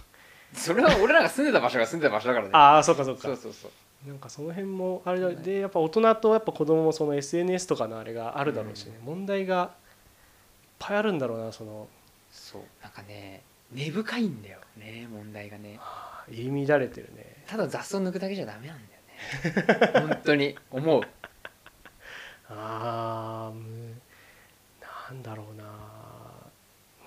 それは俺らが住んでた場所が住んでた場所だからね
ああそうかそうか
そうそうそう
なんかその辺もあれだ、
そうね
でやっぱ大人とやっぱ子供もその SNS とかのあれがあるだろうしね、問題がいっぱいあるんだろうなその
そうなんかね根深いんだよね問題がね
あー入り乱れてるね
ただ雑草抜くだけじゃダメなん
[laughs]
だよね本当に思う
ああなんだろうな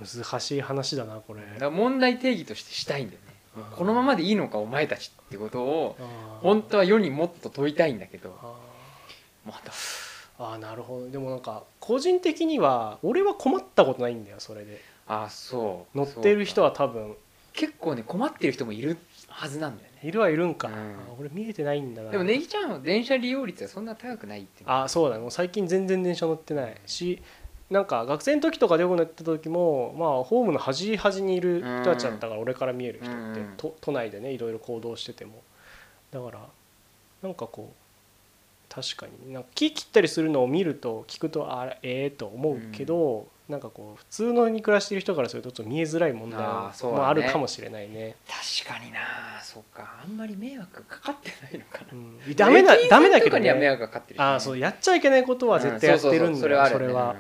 難しい話だなこれ
だから問題定義としてしたいんだよね
うん
このままでいいのかお前たちってことを
あー
本当は世にもっと問いたいんだけど
あ
また
ーあーなるほどでもなんか個人的には俺は困ったことないんだよそれで
あそう
乗ってる人
は
は多分
結構ね困ってる人もいるはずなんだよね
いるはいるんか、
うん
あー俺見えてないんだな
でもネギちゃんは電車利用率はそんな高くないっていうの
あそうだねもう最近全然電車乗ってないしなんか学生の時とかでよく乗ってた時もまあホームの端端にいる人たちだったから俺から見える人って
うん
と都内でねいろいろ行動しててもだからなんかこう確かになんか木切ったりするのを見ると聞くとあれええと思うけどなんかこう普通のに暮らしてる人からするとちょっと見えづらい問題
あーそうだね
もあるかもしれないね。
確かになそうかあんまり迷惑かかってないのかな
うんダメなダメだけ
と
ど
かには迷
ね。
惑かかってるしね、
あーそうやっちゃいけないことは絶対やってる
うんそ
だ
うそうそうそれは
よ
ある
そ
よね
れは
う。ん
あ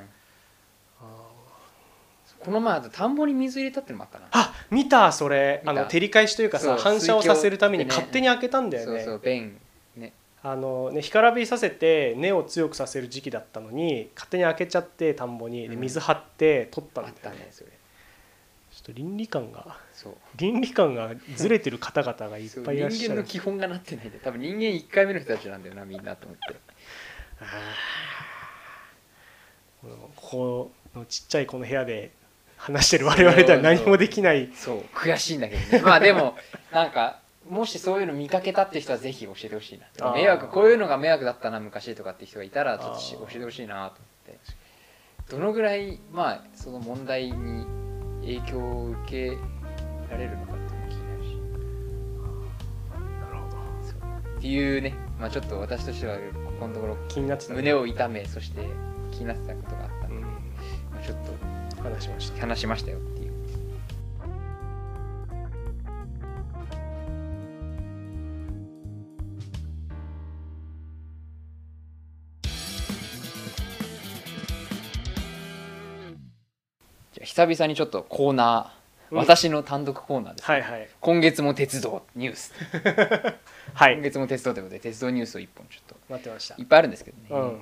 ー
この前あと田んぼに水入れたってのもあったな
あ見たそれ
見た
あの照り返しというか
そ
さ
う
反射をさせるために
水
勝
鏡っ
手
て
に開けたんだよ
そう
ね
そう便ね
あのね干からびさせて根を強くさせる時期だったのに勝手に開けちゃって田んぼにで
うん
水張って取った
あ
んだ
っ
よ
た
ね
ねそ
ち
れ
ょっと倫理観が
そう
倫理観がずれてる方々がいっ
そう
ぱいいらっし
人
ゃ
間の
る
基本がなってないんで多分人間1回目の人たちなんだよなみんなと思って
あーこのここのちっちゃいこの部屋で話してる我々では何もできない
そう悔しいんだけどねまあでもなんかもしそういうの見かけたって人はぜひ教えてほしい
あ
な
ー
迷惑こういうのが迷惑だったな昔とかって人がいたらちょっとし
あ
教
ー
えてほしいなと思ってどのぐらいまあその問題に影響を受けられるのかっていうのも気になるし
なるほど
っていうね、まあ、ちょっと私としてはここのところ
気になってたね
胸を痛めそして気になってたことがあったの
う
で、
ん
まあ、ちょっと
話しました
話しましたよっていう。じゃあ久々にちょっとコーナ
う
ー、
ん
私の単独コーナーです、
はいはい
今月も鉄道ニュース
は
今
い
月も鉄道ということで鉄道ニュースを一本ちょっ
待ってました
といっぱいあるんですけどね、
うん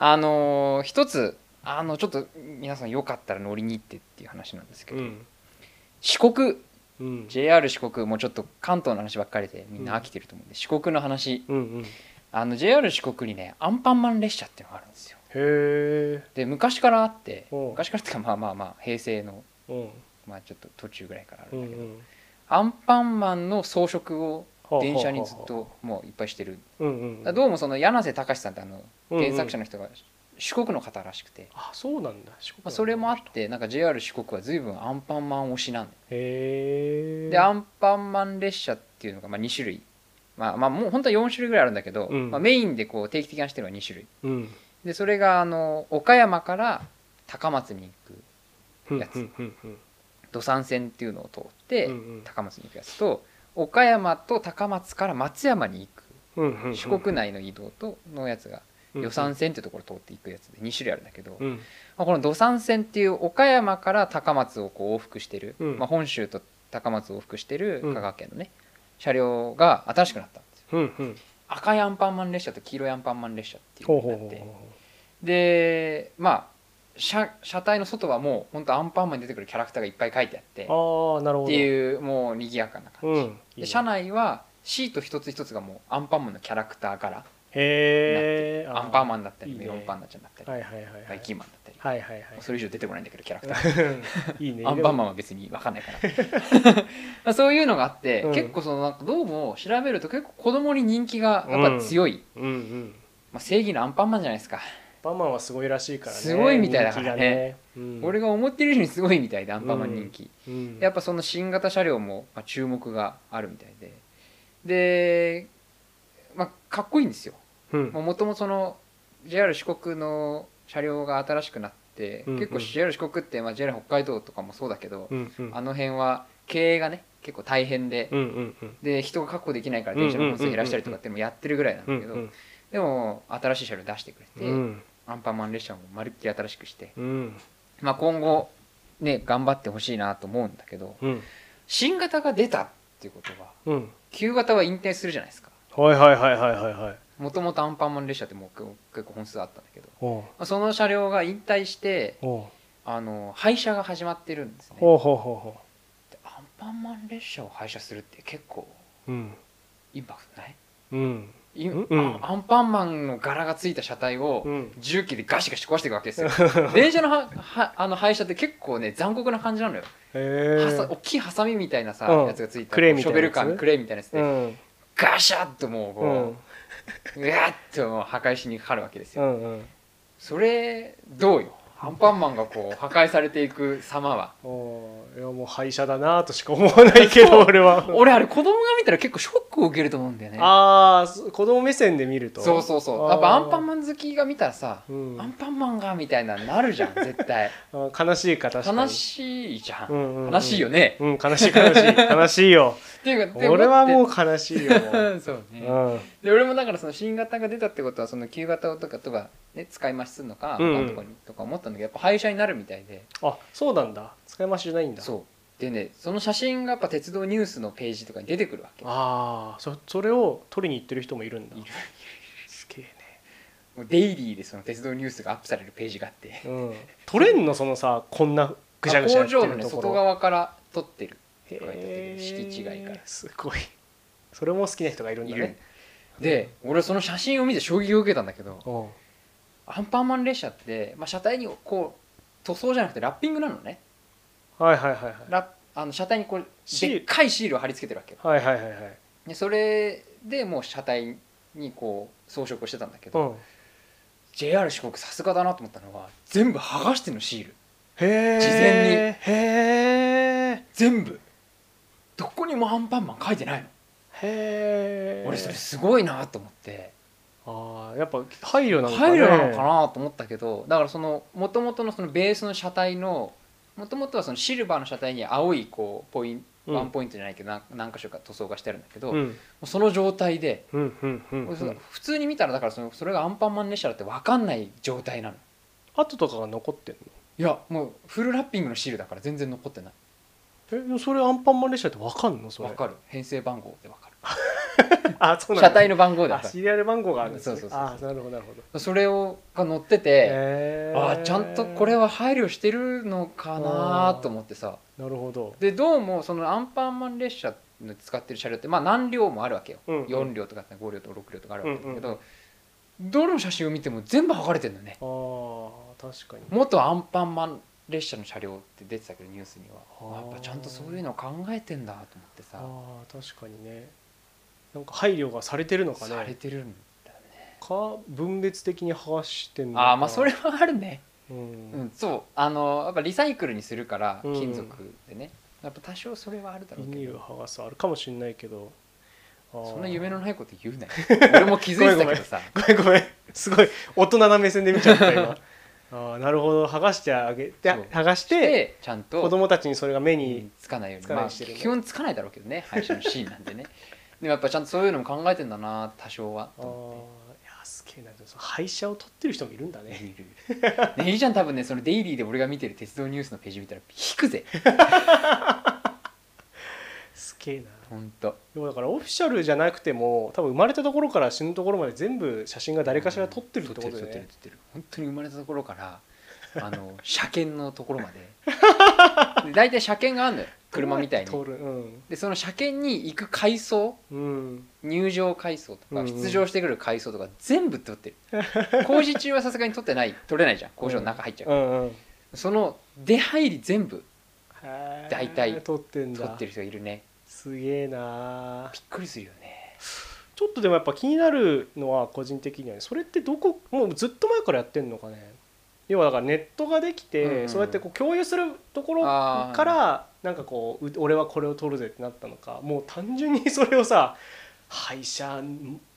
あのー一つあのちょっと皆さんよかったら乗りに行ってっていう話なんですけ
う
ど、
ん
四国
うん
JR 四国もうちょっと関東の話ばっかりでみんな飽きてると思うんで、四国の話
うんうんへ
あの JR 四国にねアンパンマン列車っていうのがあるんですよ
え
で昔からあって
おう
昔からっていうかまあまあまあ平成の
うん
まあちょっと途中ぐらいからあ
う
るんだけ
ん
ど、
うん
アンパンマンの装飾を
はあ
電車にずっ
は
ともういっぱいしてる
あはあうんうん
だからどうもその柳瀬隆さんってあの
うんうん
原作者の人が四国の方らしくて、
あそうなんだ四国
まあ、
なんだ
それもあってなんか JR 四国は随分アンパンマン推しなんで
へえ
でアンパンマン列車っていうのがまあ2種類、まあ、まあもう本当は4種類ぐらいあるんだけど、
うん
まあ、メインでこう定期的に走ってるのは2種類
うん
でそれがあの岡山から高松に行く
うん
やつ
うんうんうん
土産線っていうのを通って
うんうん
高松に行くやつと岡山と高松から松山に行く
うんうんうん
四国内の移動とのやつが予算線っていうところを通っていくやつで2種類あるんだけど、
うん
まあ、この土産線っていう岡山から高松をこう往復してる、
うん
まあ、本州と高松を往復してる
うん
香川県のね、車両が新しくなったんですよ
うんうん
赤いアンパンマン列車と黄色いアンパンマン列車ってい
ほ
う
う
のに
ほうほ
なっ
う
て
ほ
でまあ車車体の外はもう本当アンパンマンに出てくるキャラクターがいっぱい書いてあってっ
うああなるほど
ていうもう賑やかな感
う
じ、
んいいね
で車内はシート一つ一つがもうアンパンマンのキャラクター柄
へえ
アンパンマンだったり
いいね
メロンパンナちゃんだったり、
はいはいはいは
バイ
い
キンマンだったり、
はいはいはい
それ以上出てこないんだけどキャラクターが
いいね
アンパンマンは別に分かんないから [laughs] まあそういうのがあって、
うん
結構そのなんかどうも調べると結構子供に人気がやっぱ強い、
うんうん
まあ、正義のアンパンマンじゃないですか、
バンマンはすごいらしいからね
すごいみたいだからね
人気がねうん
俺が思ってる以上にすごいみたいでアンパンマン人気、
うん
やっぱその新型車両もまあ注目があるみたいでで、まあ、かっこいいんですよ
うん
もともとその JR 四国の車両が新しくなって、
うんうん
結構 JR 四国って、まあ、JR 北海道とかもそうだけど、
うんうん
あの辺は経営がね結構大変で、
うんうんうん
で人が確保できないから電車の本数減らしたりとかっていうのもやってるぐらいなん
う
だ
ん
け
う
ど
ん
でも新しい車両出してくれて、
うん
アンパンマン列車もまるっきり新しくして、
うん
まあ、今後ね頑張ってほしいなと思うんだけど
うん
新型が出たっていうことは
うん
旧型は引退するじゃないですか
はいはいはいはいはいはい
もともとアンパンマン列車ってもう結構本数あったんだけど
おう
まあその車両が引退して
おう
あの廃車が始まってるんですね
ほうほうほうほ
でアンパンマン列車を廃車するって結構
ううん
インパクトない
うん
い
うんうん
あアンパンマンの柄がついた車体を、
うん
重機でガシガシ壊していくわけ
[laughs]
ですよ電車のははあの廃車って結構ね残酷な感じなのよ、
へえ
はさ大きいハサミみたいなさ、
うん
やつがついた
クレーンみたい
ショ
なや
ベル
つ
カーのクレーンみたいなやつで、
うん
ガシャッともう
う
こ
ん
う、うわっともう破壊しにかかるわけです
う
よ、
んうん
それどうよアンパンマンがこう破壊されていく様は
おーいやもう廃車だなとしか思わないけど
そう
俺は
俺あれ子供が見たら結構ショックを受けると思うんだよね
ああ子供目線で見ると
そうそうそうやっぱアンパン
ン、
マン好きが見たらさ、
うん
アンパンマンがみたいなのなるじゃん絶
[laughs]
対
あー悲しい形
悲しいじゃん、
うんうんうん
悲しいよね、
うん悲しい悲しい悲しいよ
っていうかで
俺はも
思
う悲しいよも
っ
う [laughs]
てそう
う
ね、
ん
で俺もだからその新型が出たってことはその旧型とかとか、ね、使い増しするのか、
うんうん
他のとこにとか思ったんだけどやっぱ廃車になるみたいで
あそうなんだ使い回しじゃないんだ
そうでねその写真がやっぱ鉄道ニュースのページとかに出てくるわけも
ああそそれを取りに行ってる人もいるんだ
いるい
すげえね
うデイリーでその鉄道ニュースがアップされるページがあって
うん取れんのそのさこんな [laughs] ぐしゃぐしゃや
工
って
場の、
る
ね、
とこ
外
ろ
側から撮ってる
へ
とか言って敷地外から
えすごいそれも好きな人がいるん
い
だ
る、
ね
で俺その写真を見て衝撃を受けたんだけど
うん
アンパンマン列車って、まあ、車体にこう塗装じゃなくてラッピングなのね
はいはいはいはい
ラッあの車体にこう
シール
でっかいシールを貼り付けてるわけよ
はいはいはいはい
でそれでもう車体にこう装飾をしてたんだけ
う
ど、
ん
JR 四国さすがだなと思ったのは全部剥がしてのシール
へえ
事前に
へえ
全部どこにもアンパンマン書いてない
へ
の、
え
俺それすごいなと思って
ああやっぱ配慮なのか
配
ね
慮なのかなと思ったけどだからそのもともとのそのベースの車体のもともとはそのシルバーの車体に青いこうポイン
うん
ワンポイントじゃないけど何何箇所か塗装がしてあるんだけど、
う
も
ん
うその状態で、
うんうんうんう
その
ん
普通に見たらだからそのそれがアンパンマン列車だって分かんない状態なの
跡とかが残ってん
いやもうフルラッピングのシールだから全然残ってない
のえそれアンパンマン列車ってわかんのそれ
分かる編成番号で分かる
[laughs] あそうなんだ
車体の番号で分
あ
か
シリアル番号があるんです、ね、
そうそうそうそう
あなるほどなるほど
るそれをが載ってて、
へ
あちゃんとこれは配慮してるのかなと思ってさ
なるほど
でどうもそのアンパンマン列車の使ってる車両ってまあ何両もあるわけよ、
うんうん
4両とか5両とか6両とかあるわけだけど、
うん
どの写真を見ても全部剥がれてるんだよね
あー確かに
元アンパンマン列車の車両って出てたけどニュースには
あー
やっぱちゃんとそういうの考えてんだと思ってさ
あー確かにねなんか配慮がされてるのか
され
ね
てるんだ
か分別的に剥がしてんのか
ああまあそれはあるね、
う
うん
ん、
そうあのやっぱリサイクルにするから
うん
金属でね、やっぱ多少それはあるだろ
ビ
う
ニ
け
ール
ど
剥がすあるかもしれないけどあー
そんな夢のないこと言う
[laughs]
なよ俺も気づいてたけどさ
ごめんごめんすごい大人な目線で見ちゃった今 [laughs] あーなるほど剥がしてあげて
そう
剥がして [laughs]
でちゃんと
子供たちにそれが目
う
に
んつかないように
つかないよ
まあ
うにしてるね
基本つかないだろうけどね配信のシーンな
[laughs]
んでねでもやっぱちゃんとそういうのも考えてんだな多少は
あ
と
あ
思って
いやすげえなでもその廃車を取ってる人もいるんだね
いるねいいじゃん多分ねそのデイリーで俺が見てる鉄道ニュースのページ見たら引くぜ
すげえな
ほんと
でもだからオフィシャルじゃなくても多分生まれたところから死ぬところまで全部写真が誰かしら撮ってるってこと
撮
で
ってる
ね
撮ってる本当に生まれたところから
[laughs]
あの車検のところまでで大体車検があるのよ車みたい
撮
に
るうん
でその車検に行く階層
うん
入場階層と
う
か
んうん
出場してくる階層とか全部撮って
[laughs]
る工事中はさすがに撮ってない撮れないじゃん工場の中入っちゃうから
うんうん
その出入り全部
へー
大体
撮ってん
撮
だ
ってる人がいるね
すげえな
びっくりするよね
ちょっとでもやっぱ気になるのは個人的にはねそれってどこもうずっと前からやってんのかね要はだからネットができて、
うんうん
そうやってこう共有するところ
あー
からなんかこうう俺はこれを取るぜってなったのかもう単純にそれをさ「廃車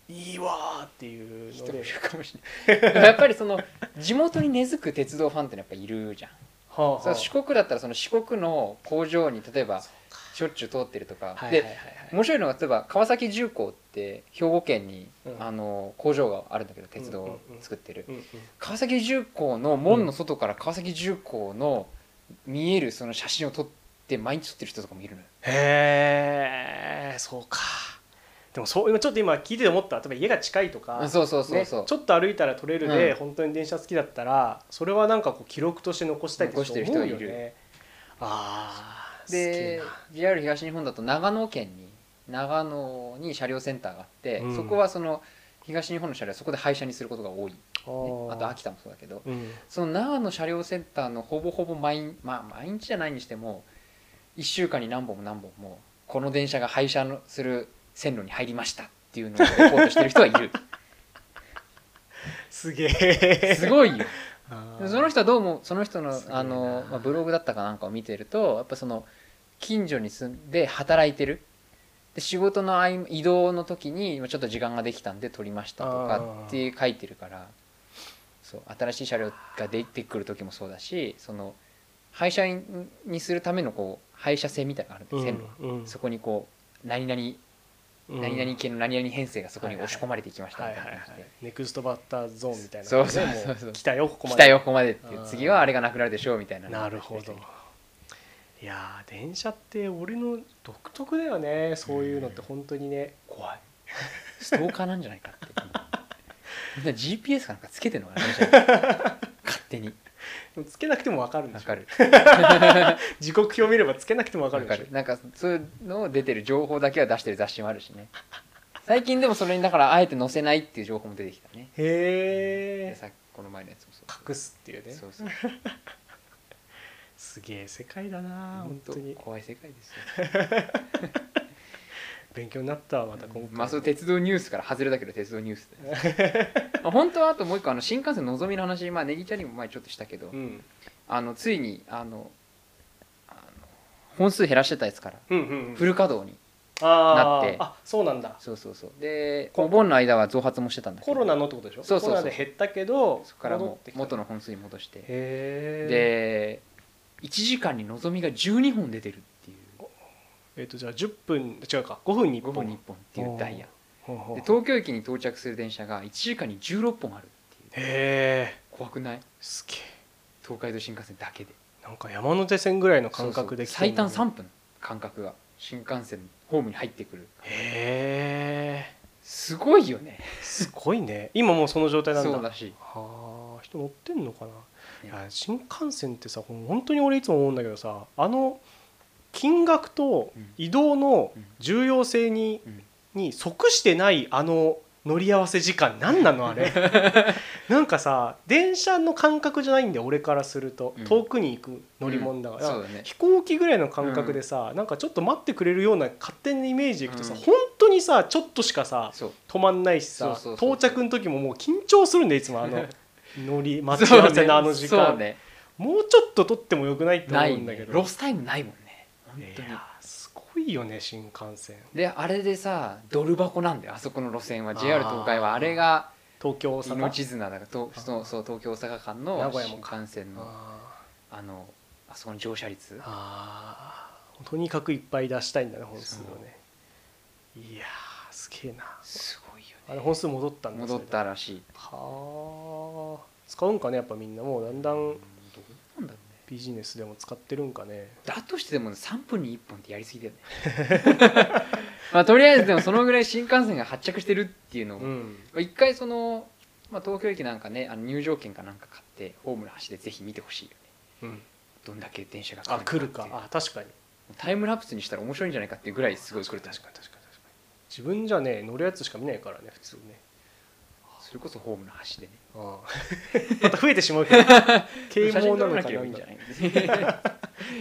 いいわ」っていう
人
の
もい
で
る、かもしれないでもやっぱりその地元に根付く鉄道ファンってのはやっぱいるじゃん
はあは
その四国だったらその四国の工場に例えばしょっちゅう通ってるとか、
はいはいはい
で面白いのが例えば川崎重工って兵庫県に、
うん
あの工場があるんだけど鉄道を
うんうんうん
作ってる、
うんうん
川崎重工の門の外から川崎重工の見えるその写真を撮って毎日撮ってる人とかもいるのよ
へえそうかでもそう今ちょっと今聞いてて思った例えば家が近いとか
うんそうそうそう
ね、
そう、
ちょっと歩いたら取れるで、
うん
本当に電車好きだったらそれはなんかこう記録として残したいって
残してる人
思うよ
いる
ねああ
で JR 東日本だと長野県に長野に車両センターがあって、
うん
そこはその東日本の車両はそこで廃車にすることが多い、ね
好きな
あと秋田もそうだけど
うん
その長野車両センターのほぼほぼ毎,、まあ、毎日じゃないにしても1週間に何本も何本もこの電車が廃車のする線路に入りましたっていうのをレポートしてる人はいる
すげえ
す
い
ごいよ
あー
でもその人はどうもその人の
すごいな
あの、まあ、ブログだったかなんかを見てるとやっぱその近所に住んで働いてるで仕事の合間移動の時に今ちょっと時間ができたんで撮りましたとか
あー
って書いてるからそう新しい車両が出てくる時もそうだしその廃車にするためのこう廃車線みたいなのがあるんだよ線路が、
うんうん
そこにこう何々
うん
何々系の何々編成がそこに押し込まれていきました
は
み
い
た
はいい
な
は
感じ
い
で。
ネクストバッターゾーンみたいな
そうそうそうそう
も来たよここま
来
で
たよここまでってい
あ
う
ー
次はあれがなくなるでしょうみたいな
なるほどいやー電車って俺の独特だよねそういうのって本当にね怖い
ストーカーなんじゃないかってみんな GPS かなんかつけてん
[laughs]
のかな勝手に
つけなくても分かるんで
わ
しょ
かる
時刻表見ればつけなくても分か
わ
るで
か
しょ
るなんかそういうのを出てる情報だけは出してる雑誌もあるしね最近でもそれにだからあえて載せないっていう情報も出てきたねで
へえ
さっきこの前のやつもそう
隠すっていうね
そうそう
すげえ世界だな [laughs] 本
本
当
当
に
怖い世界ですよ
勉強になったわまた今回
まあそう鉄道ニュースから外れたけど鉄道ニュースで
[laughs]
まあ本当はあともう一個あの新幹線のぞみの話まあネギちゃんにも前ちょっとしたけど、
うん
あのついにあのあの本数減らしてたやつから
うんうんうん
フル稼働に
あー
なって
あそうなんだ
そうそうそうでお盆の間は増発もしてたんだけど
コロナのってことでしょ
そうそうそう
コロナで減ったけど
そこから
戻
も
ってき
う
た
元の本数に戻して
へえ
で1時間にのぞみが12本出てるっていう
えっとじゃあ10分違うか5分に1
5分に1
本
本っていうダイヤ
ほうほう
で東京駅に到着する電車が1時間に16本あるっていう
へえ
怖くない
すげえ
東海道新幹線だけで
なんか山手線ぐらいの感覚で
そうそう最短3
分
分間隔が新幹線のホームに入ってくる
へえ
すごいよね
すごいね今もうその状態なんだ
そうらしい
はあ人乗ってんのかないや新幹線ってさほん本当に俺いつも思うんだけどさあの金額と
うん
移動の
うん
重要性に,、
うん
に即してないあの乗り合わせ時間何なのあ
[laughs]
れなんかさ電車の感覚じゃないんだよ俺からすると、
うん
遠くに行く乗り物だから、
そうだね
飛行機ぐらいの感覚でさ、なんかちょっと待ってくれるような勝手なイメージいくとさ、
うん
本当にさちょっとしかさ
そう
止まんないしさ
そうそうそう
到着の時ももう緊張するんでいつもあ
[laughs]
の乗り待ち合わせのあの時間、
そうね
もうちょっと取ってもよくないって
な
思う
い
んだ
ね
けど、
ロスタイムないもんね本当
い
に
やーすごいよね新幹線
であれでさドル箱なんだよあそこの路線は
あー
JR 東海はあれが
東京大阪
命綱だからと
あー
そうそう東京大阪間
名
の
古屋
新
も
幹線の
あ
あのあそこの乗車率
ーあーとにかくいっぱい出したいんだね本数をねいやーすげえな
すごいよ
あれ本数戻ったん
ね
だ
戻ったらしい
それではあ使うんかねやっぱみんなもうだんだ
うんんどうなんだろうね
ビジネスでも使ってるんかね
だとしてでも3分に1本ってやりすぎだよね
[laughs]
まあとりあえずでもそのぐらい新幹線が発着してるっていうのを
うん
一回その、まあ、東京駅なんかねあの入場券かなんか買ってホームの端でぜひ見てほしいよね
うん
どんだけ電車が
あ来る
の
か
って
あ確かに
タイムラプスにしたら面白いんじゃないかっていうぐらいすごい来る
確かに確かに確かに自分じゃね乗るやつしか見ないからね普通ね
それこそホームの端でね
ああ [laughs] また増えてしまうけど
[laughs]
啓
写
蒙な
真撮ら
の
な
か
ければいいん
な
じゃないか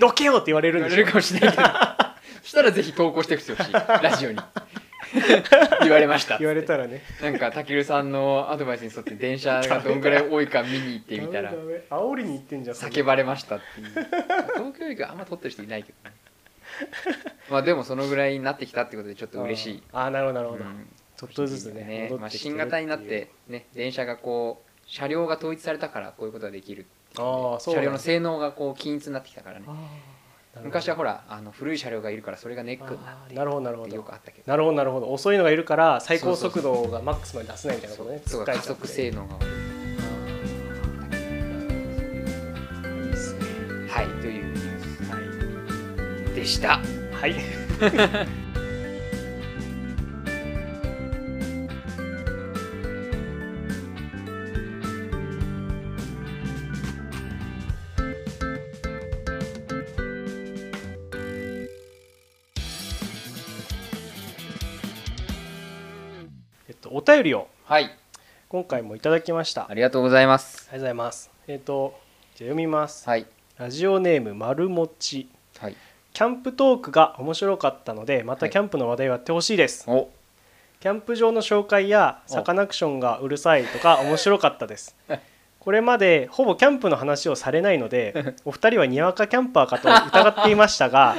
どけよって言われる
言
ん
わ
で
れ
し
る
ょ
かもしれないけどそしたらぜひ投稿してほしいラジオに [laughs] 言われましたっつって
言われたらね
なんかたけるさんのアドバイスに沿って電車がどんぐらい多いか見に行ってみたら
ダメダメ煽りに行ってんじゃんそれ
叫ばれましたっていう東京駅はあんま撮ってる人いないけど
[laughs]
ねまあでもそのぐらいになってきたってことでちょっと嬉しい、
ああなるほどなるほど、
うん
ちょっとずつね戻
まあ、
ってきてる
新型になってね電車がこう車両が統一されたからこういうことができるっていうね
ああそうな
車
んだ
両の性能がこう均一になってきたからね
ああなるほど
昔はほらあの古い車両がいるからそれがネックにな
ああなるほどなるほ
ってよ
ど
くあったけど
なるほどなるほど遅いのがいるから最高速度がマックスまで出せないみたいなことね
そう
つっかえ
加
ちゃって
速性能が悪い
いいっすね
はいというニュースでした
はいえっとお便りを
はい
今回もいただきました。あ
あ
りがと
りがとうございます
うございます。えっ、とじゃあ読みます。
はい
ラジオネーム丸もち
はい
キャンプトークが面白かったのでまたキャンプの話題をやってほしいです、
お
キャンプ場の紹介や
お
サカナクションがうるさいとか面白かったです
[laughs]
これまでほぼキャンプの話をされないの
[laughs]
でお二人はにわかキャンパーかと疑っていましたが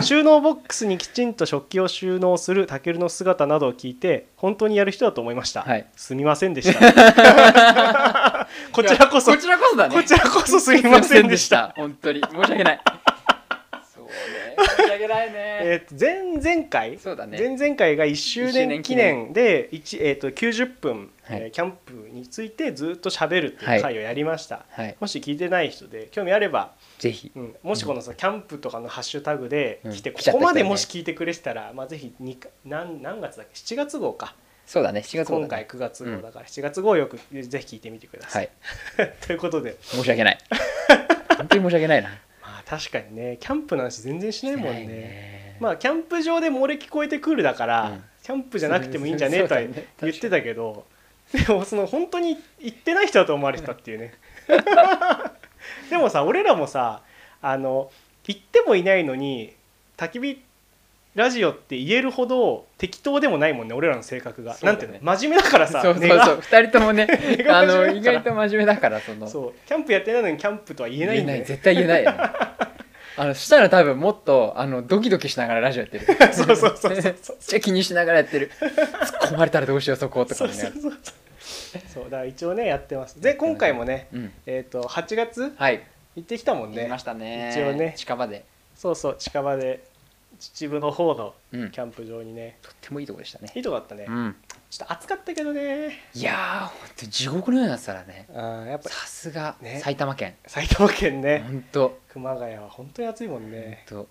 収納ボックスにきちんと食器を収納するタケルの姿などを聞いて本当にやる人だと思いました、
はい
すみませんでした
[laughs]
こちらこそ
こちらこそだね
こちらこそすみませんでした
すいませんでした本当に申し訳ないそうね申し訳ないね
えーと前前回
そうだね
前々回が1周年記念で一えー、と90分、
はい
えーキャンプについてずっと喋るっていう回をやりました、
はい
もし聞いてない人で興味あれば、
ぜひ
うん、もしこのさ、キャンプとかのハッシュタグで来て、
うん
こ
来ちゃった人
こまで
ね
もし聞いてくれてたら、まあ、ぜひにか何何月だっけ7月号か
そうだね7月号だね
今回9月号だから7月号をよくぜひ聞いてみてくだ
は
さい。
い
ということで、
申し訳ない
[laughs]
本当に申し訳ないな
まあ、確かにねキャンプの話全然しないもん
してない
ね。
ね
まあキャンプ場で漏れ聞こえてくるだから、
うん
キャンプじゃなくてもいいんじゃねえとは
そうだね
言ってたけど、でもその本当に行ってない人だと思われてたって
[laughs]
いうねでもさ俺らもさあの行ってもいないのに焚き火ラジオって言えるほど適当でもないもんね俺らの性格が、
そう
な
だ
ん
ね
ていうの真面目だからさ
そうそう
根が
[laughs] そう2人ともね
が
あ
真面目だから
の意外と真面目だからその
そうキャンプやってないのにキャンプとは言えないんだよね [laughs]
絶対言えないよねあのしたら多分もっとあのドキドキしながらラジオやってる
[laughs] そうそうそうそう
[laughs] めっちゃ気にしながらやってる突っ込まれたらどうしようそこと
そ
か
う
ね
そうそうそうだから一応ねやってますで今回もね
うん
えっ、と8月
はい
行ってきたもん
行き
ね
ましたね
一応ね
近場で、
そうそう近場で秩父の方の
うん、
キ
とっ
ャンプ場にね
てもいいとこでしたね
いいとこだったね、
うん
ちょっと暑かったけどね
いやーほんと地獄のようになってたらね
あーやっぱ
さすが
ね
埼玉県
[laughs] 埼玉県ね
ほんと
熊谷は本当に暑いもん
ほん
ね
と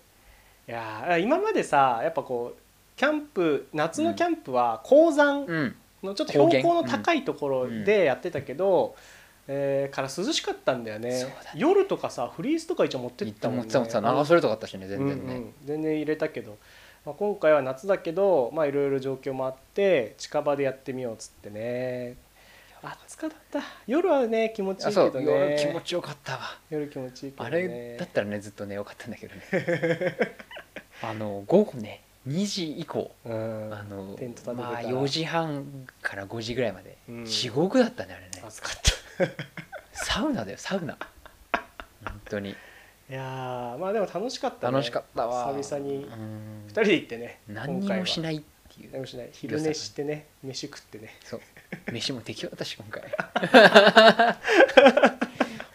いやー今までさやっぱこうキャンプ夏のキャンプは高山
うん
のちょっと
高
標
原
高の高いところでやってたけど、えーから涼しかったんだよね
そうだね
夜とかさフリースとか一応持ってっ
行って
た
た
も
も
ん
ん
ね
さ長袖とかあったしね全然
うんう
ね
ん全然入れたけど、まあ、今回は夏だけどまあいろいろ状況もあって近場でやってみようっつってね暑かった夜はね気持ちいい
あ
け
そ
ど
う
ね
夜気持ちよかったわ
夜気持ちいいけど、
あ
ね、
れだったらねずっとねよかったんだけどね
[laughs]
あの午後ね2時以降
うん
あの
テント立ててたら
まあ4時半から5時ぐらいまで
うん
地獄だったねあれね
暑かった [laughs]
サウナだよサウナ本当に
いやーまあでも楽しかったね
楽しかったわ
久々に
うん
2人で行ってね
何にもしないってい
何
う
もしない昼寝してね飯食ってね
そう飯も適当だったし今回 [laughs]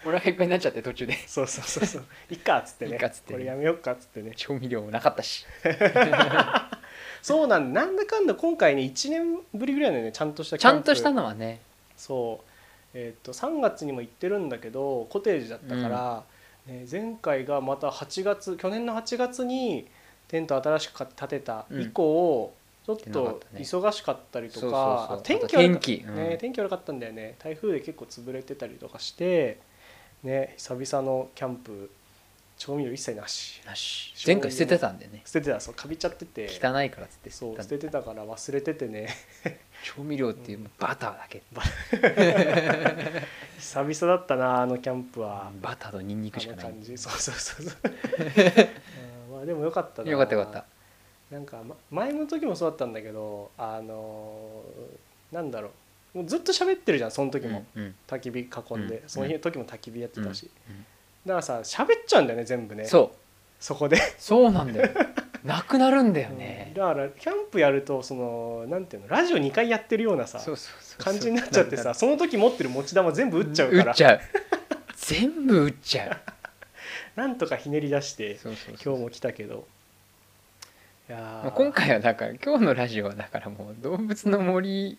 お腹いっぱいになっちゃって途中で
そうそうそう
[laughs]
そういっかっつってね
いっかっつって
こ
ね
れやめよっかっつってね
調味料もなかった [laughs] し
そうなんだなんだかんだ今回ね1年ぶりぐらいのねちゃんとした
ちゃんとした
の
のはね
そうえっ、と3月にも行ってるんだけどコテージだったから、ね、前回がまた8月去年の8月にテント新しく建てた以降、ちょっ
行ってなか
と
ったね
忙しかったりとか
そうそうそう
あ天
あと
気悪か
天気うん
ね、天気悪かったんだよね台風で結構潰れてたりとかして、ね、久々のキャンプ調味料一切なし
なし
醤
前
油
回捨ててたんでね
捨ててたそうかびちゃってて
汚いからっつって捨
そ
て
う
た
捨
んで
ててたから忘れててね [laughs]
調味料っていうバターだけ
久々だったなあのキャンプは、
バターとニンニク
あ
しか
の
ない
感じそうそうそう
[laughs]
そううんまあでもよかったな
よかったよかった
なんか、ま、前の時もそうだったんだけどあのーなんだろうもうずっと喋ってるじゃんその時も、
うんうん
焚き火囲んで、
うん
その日時も焚き火やってたし、
うん
だからさ喋っちゃうんだよね全部ね
そう
そこで
そうなんだよなくなるんだよね
だからキャンプやるとそのなんていうのラジオ2回やってるようなさ
そうそうそう
感じになっちゃってさその時持ってる持ち玉全部打っちゃうか
打
ら
っちゃう全部打っちゃ
なんとかひねり出して
うそうそうそう
今日も来たけどいや
まあ
ー
今回はだから今日のラジオはだからもう動物の森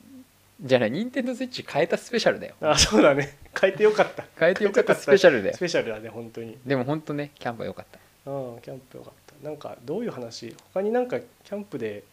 じゃない任天堂スイッチ変えたスペシャルだよ
あそうだね変えてよかった
変えてよかったスペシャルだよ
スペシャルだね本当に
でもほんとねキャンプはよかった
うんキャンプよかったなんかどういう話他になんかキャンプで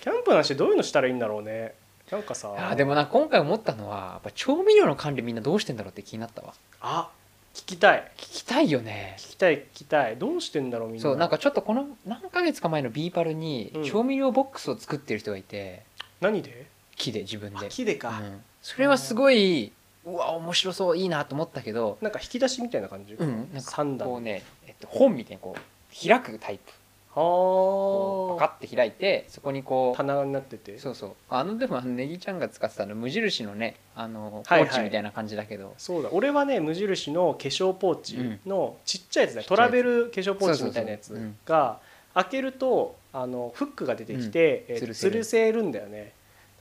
キャンプの話でどういうのしたらいいんだろうねなんかさ
あーでもな今回思ったのはやっぱ調味料の管理みんなどうしてんだろうって気になったわ
あ聞きたい
聞きたいよね
聞きたい聞きたいどうしてんだろうみんな
そうなんかちょっとこの何ヶ月か前のビーパルに
うん
調味料ボックスを作ってる人がいて
何で
木で自分で、
あ木で
う
か、
んそれはすごいうわ面白そういいなと思ったけど
なんか引き出しみたいな感じ、
うんなんか
三段
こうね、えっと、本みたいにこう開くタイプこうパ
は
カッて開いてそこにこ
あ棚になってて
う
そ
そうそうあのでもあのネギちゃんが使ってたあの無印のねあのポ
はいはい
ーチみたいな感じだけど、
うだ俺はね無印の化粧ポーチのちっちゃいやつだ、
ちっちゃ
ト
いや
ラ
つ
ベル化粧ポーチみたいなやつ
そうそうそううん
が開けるとあのフックが出てきて、
うん
えー
吊るせ
吊
る
るせるんだよね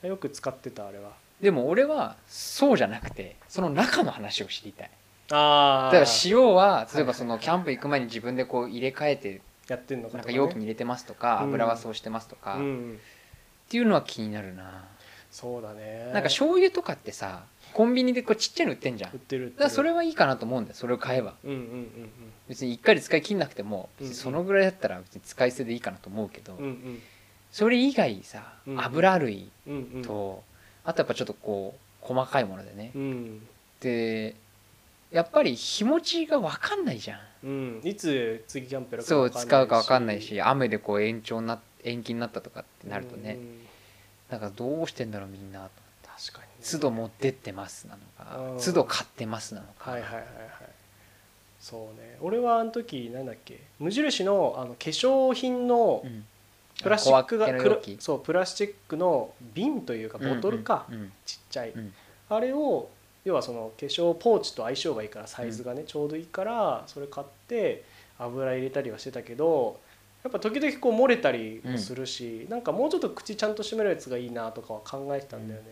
よく使ってたあれは
でも俺はそうじゃなくてその中の話を知りたい
あ
だから塩は例
は
え
い
ばそのキャンプ行く前に自分でこう入れ替えて
やってんのか
なん
と
か
ね
容器に入れてますとか
うん
油はそうしてますとか、
う
っ
ん
ていうのは気になるな
そうだね
なんか醤油とかってさコンビニでこうちっちゃいの売ってんじゃん
売っ
だ
てる売ってる
からそれはいいかなと思うんだよそれを買えば
うんうん
別に1回で使い切んなくても
うんうん
そのぐらいだったら別に使い捨てでいいかなと思うけど、
うんうんうん
それ以外さ
うん
油類
うんうん
と、あとやっぱちょっとこう細かいものでね、
うん
でやっぱり日持ちが分かんないじゃん
うんいつ次キャンプやるか
そ
わ
う
かんないし
使うか分かんないし雨でこう延長な延期になったとかってなると
う
ね、
ん
なんかどうしてんだろうみんな
確かにね
都度持ってってますなの
う
か
ん
都度買ってますなのか、
はいはいはいはいそうね俺はあの時なんだっけ無印のあの化粧品の
うん
プラスチックが、
小分け
く
の
る
容器
そうプラスチックの瓶というかボトルか、
うんうん
ちっちゃい、
うん
あれを要はその化粧ポーチと相性がいいからサイズがね、ちょうどいいからそれ買って油入れたりはしてたけどやっぱ時々こう漏れたりもするし、なんかもうちょっと口ちゃんと閉めるやつがいいなとかは考えてたんだよね。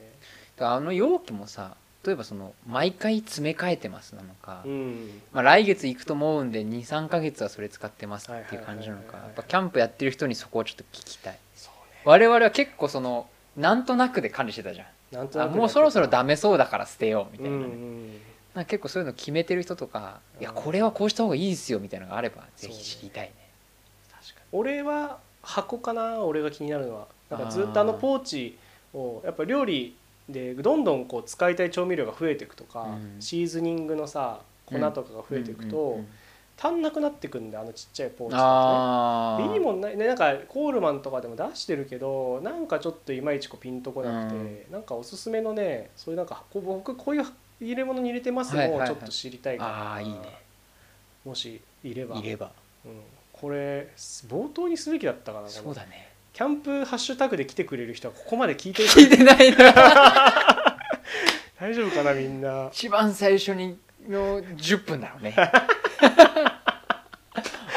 らあの容器もさ例えばその毎回詰め替えてますなのか、
うん
まあ、来月行くと思うんで23か月はそれ使ってますっていう感じなのか
はいはいはいはい
やっぱキャンプやってる人にそこをちょっと聞きたい
そうね
我々は結構そのなんとなくで管理してたじゃん
なんとな
あ
く
もうそろそろダメそうだから捨てようみたいなね、
うんうん
なんか結構そういうの決めてる人とかいや
うん
これはこうした方がいいですよみたいなのがあればぜひ知りたいね確か
俺は箱かな俺が気になるのはなんかずっとあのポーチをやっぱ料理でどんどんこう使いたい調味料が増えていくとか、
うん
シーズニングのさ粉とかが増えていくと、足んなくなってくんであのちっちゃいポーチだ
あ
と
あ
ね。いいもんないねなんかコールマンとかでも出してるけどなんかちょっといまいちこうピンとこなくて、なんかおすすめのねそういうなんかこう僕こういう入れ物に入れてます
はいはい
も
はい
ちょっと知りたいから、
ああいいね
もしいれば
いれば
うん、これ冒頭にすべきだったかなこの
そうだね
キャンプハッシュタグで来てくれる人はここまで聞いてる
[laughs] 聞いてないな
大丈夫かなみんな
一番最初にの10分だろうね [laughs]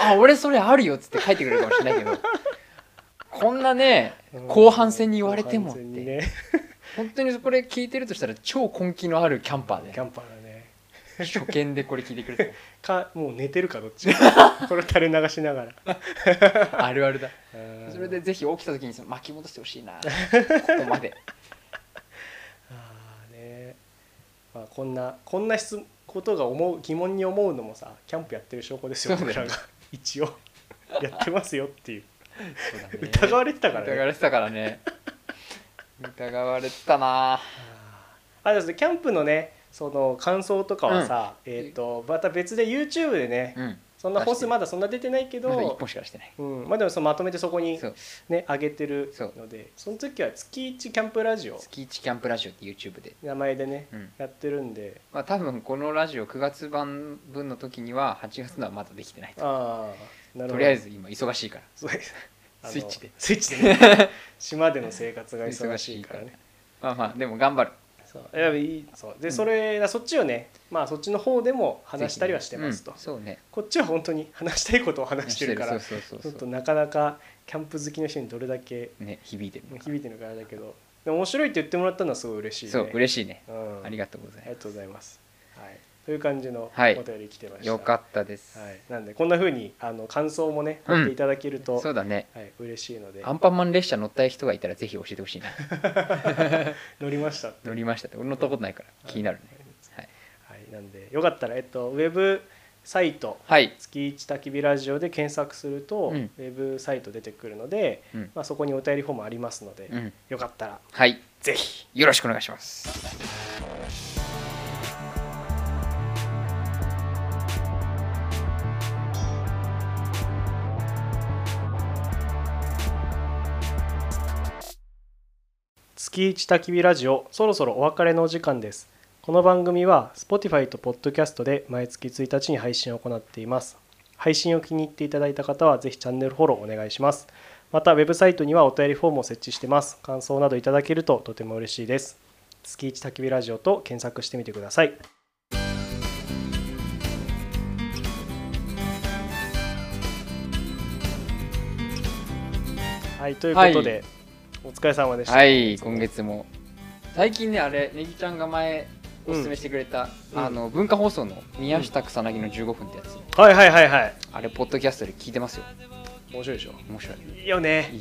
あ俺それあるよっつって書いてくれるかもしれないけどこんなね [laughs] 後半戦に言われてもっ
後
て
半戦にね
本当にこれ聞いてるとしたら超根気のあるキャンパー
キ
で
ャンパーだね
初見でこれ聞いてくれて
かもう寝てるかどっち
[laughs]
かこれ垂れ流しながら
あるあるだ
うん
[laughs] それでぜひ起きた時にその巻き戻してほしいなここまで
あーねまあ、こんなこんな質ことが思う疑問に思うのもさキャンプやってる証拠ですよ
そう
僕
だよ
ら
ね
が [laughs] 一応やってますよっていう
そう [laughs] だね
疑われてたから
疑わ
ね
れてたからね疑われてたな
あですねキャンプのねその感想とかはさ、えっ、とまた別で YouTube でね、
うん
そんな本数まだそんな出てないけ
まだ1
ど
本しかしてない
うん、まあでもそのまとめてそこに
そう
ね上げてる
そう
のでその時は月一キャンプラジオ
月一キャンプラジオって YouTube で
名前でね、
うん
やってるんで
まあ多分このラジオ9月版分の時には8月のはまだできてないと
ああなるほど
とりあえず今忙しいから
そうですあの
[laughs] スイッチで
スイッチで、
[laughs]
ね、島での生活が忙しいからね
まあまあでも頑張る
そういやいいそうでそれ、そっちをねまあそっちの方でも話したりはしてますと、
うんそうね
こっちは本当に話したいことを話してるから
そうそう
ち
そ
ょっ
うそ
となかなかキャンプ好きの人にどれだけ
うね響いてるのか
響いてるからだけどでも面白いって言ってもらったのはすごい嬉しいね
そう嬉しいね
うん
ありがとうご
あ
ざい
り
ま
がとうございます。はい、という感じの
はい
お便り来てまし
す
た。
よかったです
はい、なんでこんな風にあの感想もね
うん
言っていただけると、
そうだね
はい嬉しいので
アンパンマン列車乗った人がいたらぜひ教えて
[laughs]
ほしいな
乗りましたって。
乗りましたって俺乗ったことないから気になるねはい、
はい、なんでよかったらえっとウェブサイト
はい
月一焚き火ラジオで検索すると、
うん
ウェブサイト出てくるので、
うん
まあそこにお便りフォームありますので、
うん
よかったら
はい、
ぜひ。
よろしくお願いします
月一焚き火ラジオそろそろお別れのお時間ですこの番組は Spotify と Podcast で毎月1日に配信を行っています配信を気に入っていただいた方はぜひチャンネルフォローお願いしますまたウェブサイトにはお便りフォームを設置してます感想などいただけるととても嬉しいです月一焚き火ラジオと検索してみてくださいはいということで、
は
お疲れ様でした
はい今月も最近ねあれネギちゃんが前おすすめしてくれた、
うん
あの文化放送の宮下草薙の15分ってやつ、
はいはいはいはい
あれポッドキャストで聞いてますよ
面白いでしょ
面白い
いいよね
い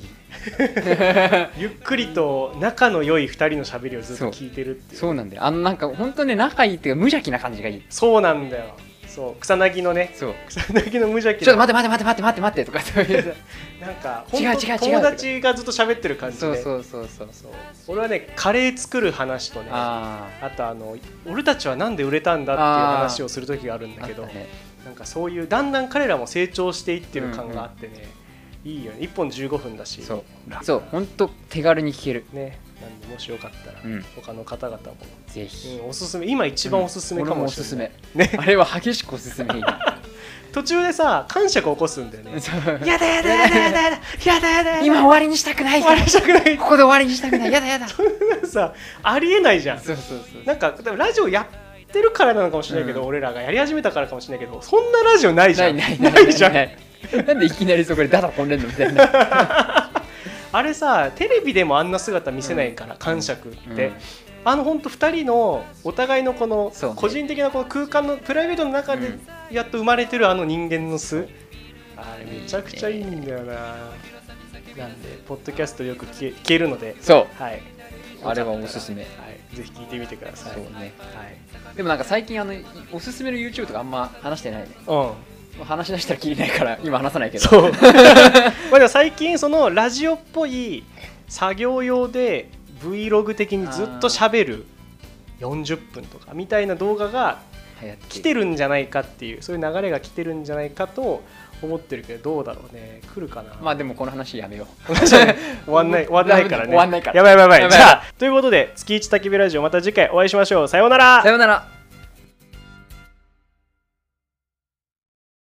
[laughs]
い
ゆっくりと仲の良い2人のしゃべりをずっと聞いてるっていうそう
そうなんだよあのなんか本当ね仲いいっていうか無邪気な感じがいい
なんだよそう草薙のね
そう
草薙の無邪気
ちょっと
な
待って待って待って待って待ってとかそういう
なんか
違う
本当
違う違う
友達がずっと喋ってる [laughs] 感じで
そうそうそうそう
そう俺はねカレー作る話とねあ
あ
とあの俺たちはなんで売れたんだっていう話をする時があるん
ー
だけど、
あったね
なんかそういうだんだん彼らも成長していってる感があってね、いいよね1本15分だし
そう
楽
そう本当手軽に聞ける
ねなんでもしよかったら、
うん
他の方々も
ぜひ、
うんおすすめ今一番おすすめかもしれない、
俺おすすめあれは激しくお
[laughs]
すすめ
途中でさ感触を起こすんだよね
そう
やだやだやだやだやだやだやだ
今終わりにしたくない
終わりしたくない
ここで終わりにしたくないやだやだ [laughs] そう
さありえないじゃん
そうそう
なんかでもラジオやってるからなのかもしれないけど、
うん
俺らがやり始めたからかもしれないけどそんなラジオないじ
な
ゃ
い
ん
ないないない
じゃん
ないなんでいきなりそこでダダこんでんのみたい [laughs] な、
あれさテレビでもあんな姿見せないから、感触って、
うん
あの本当2人のお互いのこの
そうね
個人的なこの空間のプライベートの中
う
で
ん
やっと生まれてるあの人間の巣あれめちゃくちゃいいんだよななんでポッドキャストよく消え消えるので
そう
はい
あれはおすすめ
よかったらはい、ぜひ聞いてみてください
そうね
は
でもなんか最近あのいおすすめの YouTube とかあんま話してないね
い、うん
話し出したらきりないから今話さないけ
[laughs]
ど
そうまあでも最近そのラジオっぽい作業用で Vlog 的にずっと喋る40分とかみたいな動画が
流行って
来てるんじゃないかっていうそういう流れが来てるんじゃないかと思ってるけどどうだろうね来るかな、
まあでもこの話やめよ [laughs] う
終わんない終わんないからね
終わんないから
やばいやばいやばい
やばい
じゃあということで月一焚き火ラジオまた次回お会いしましょうさようなら
さようなら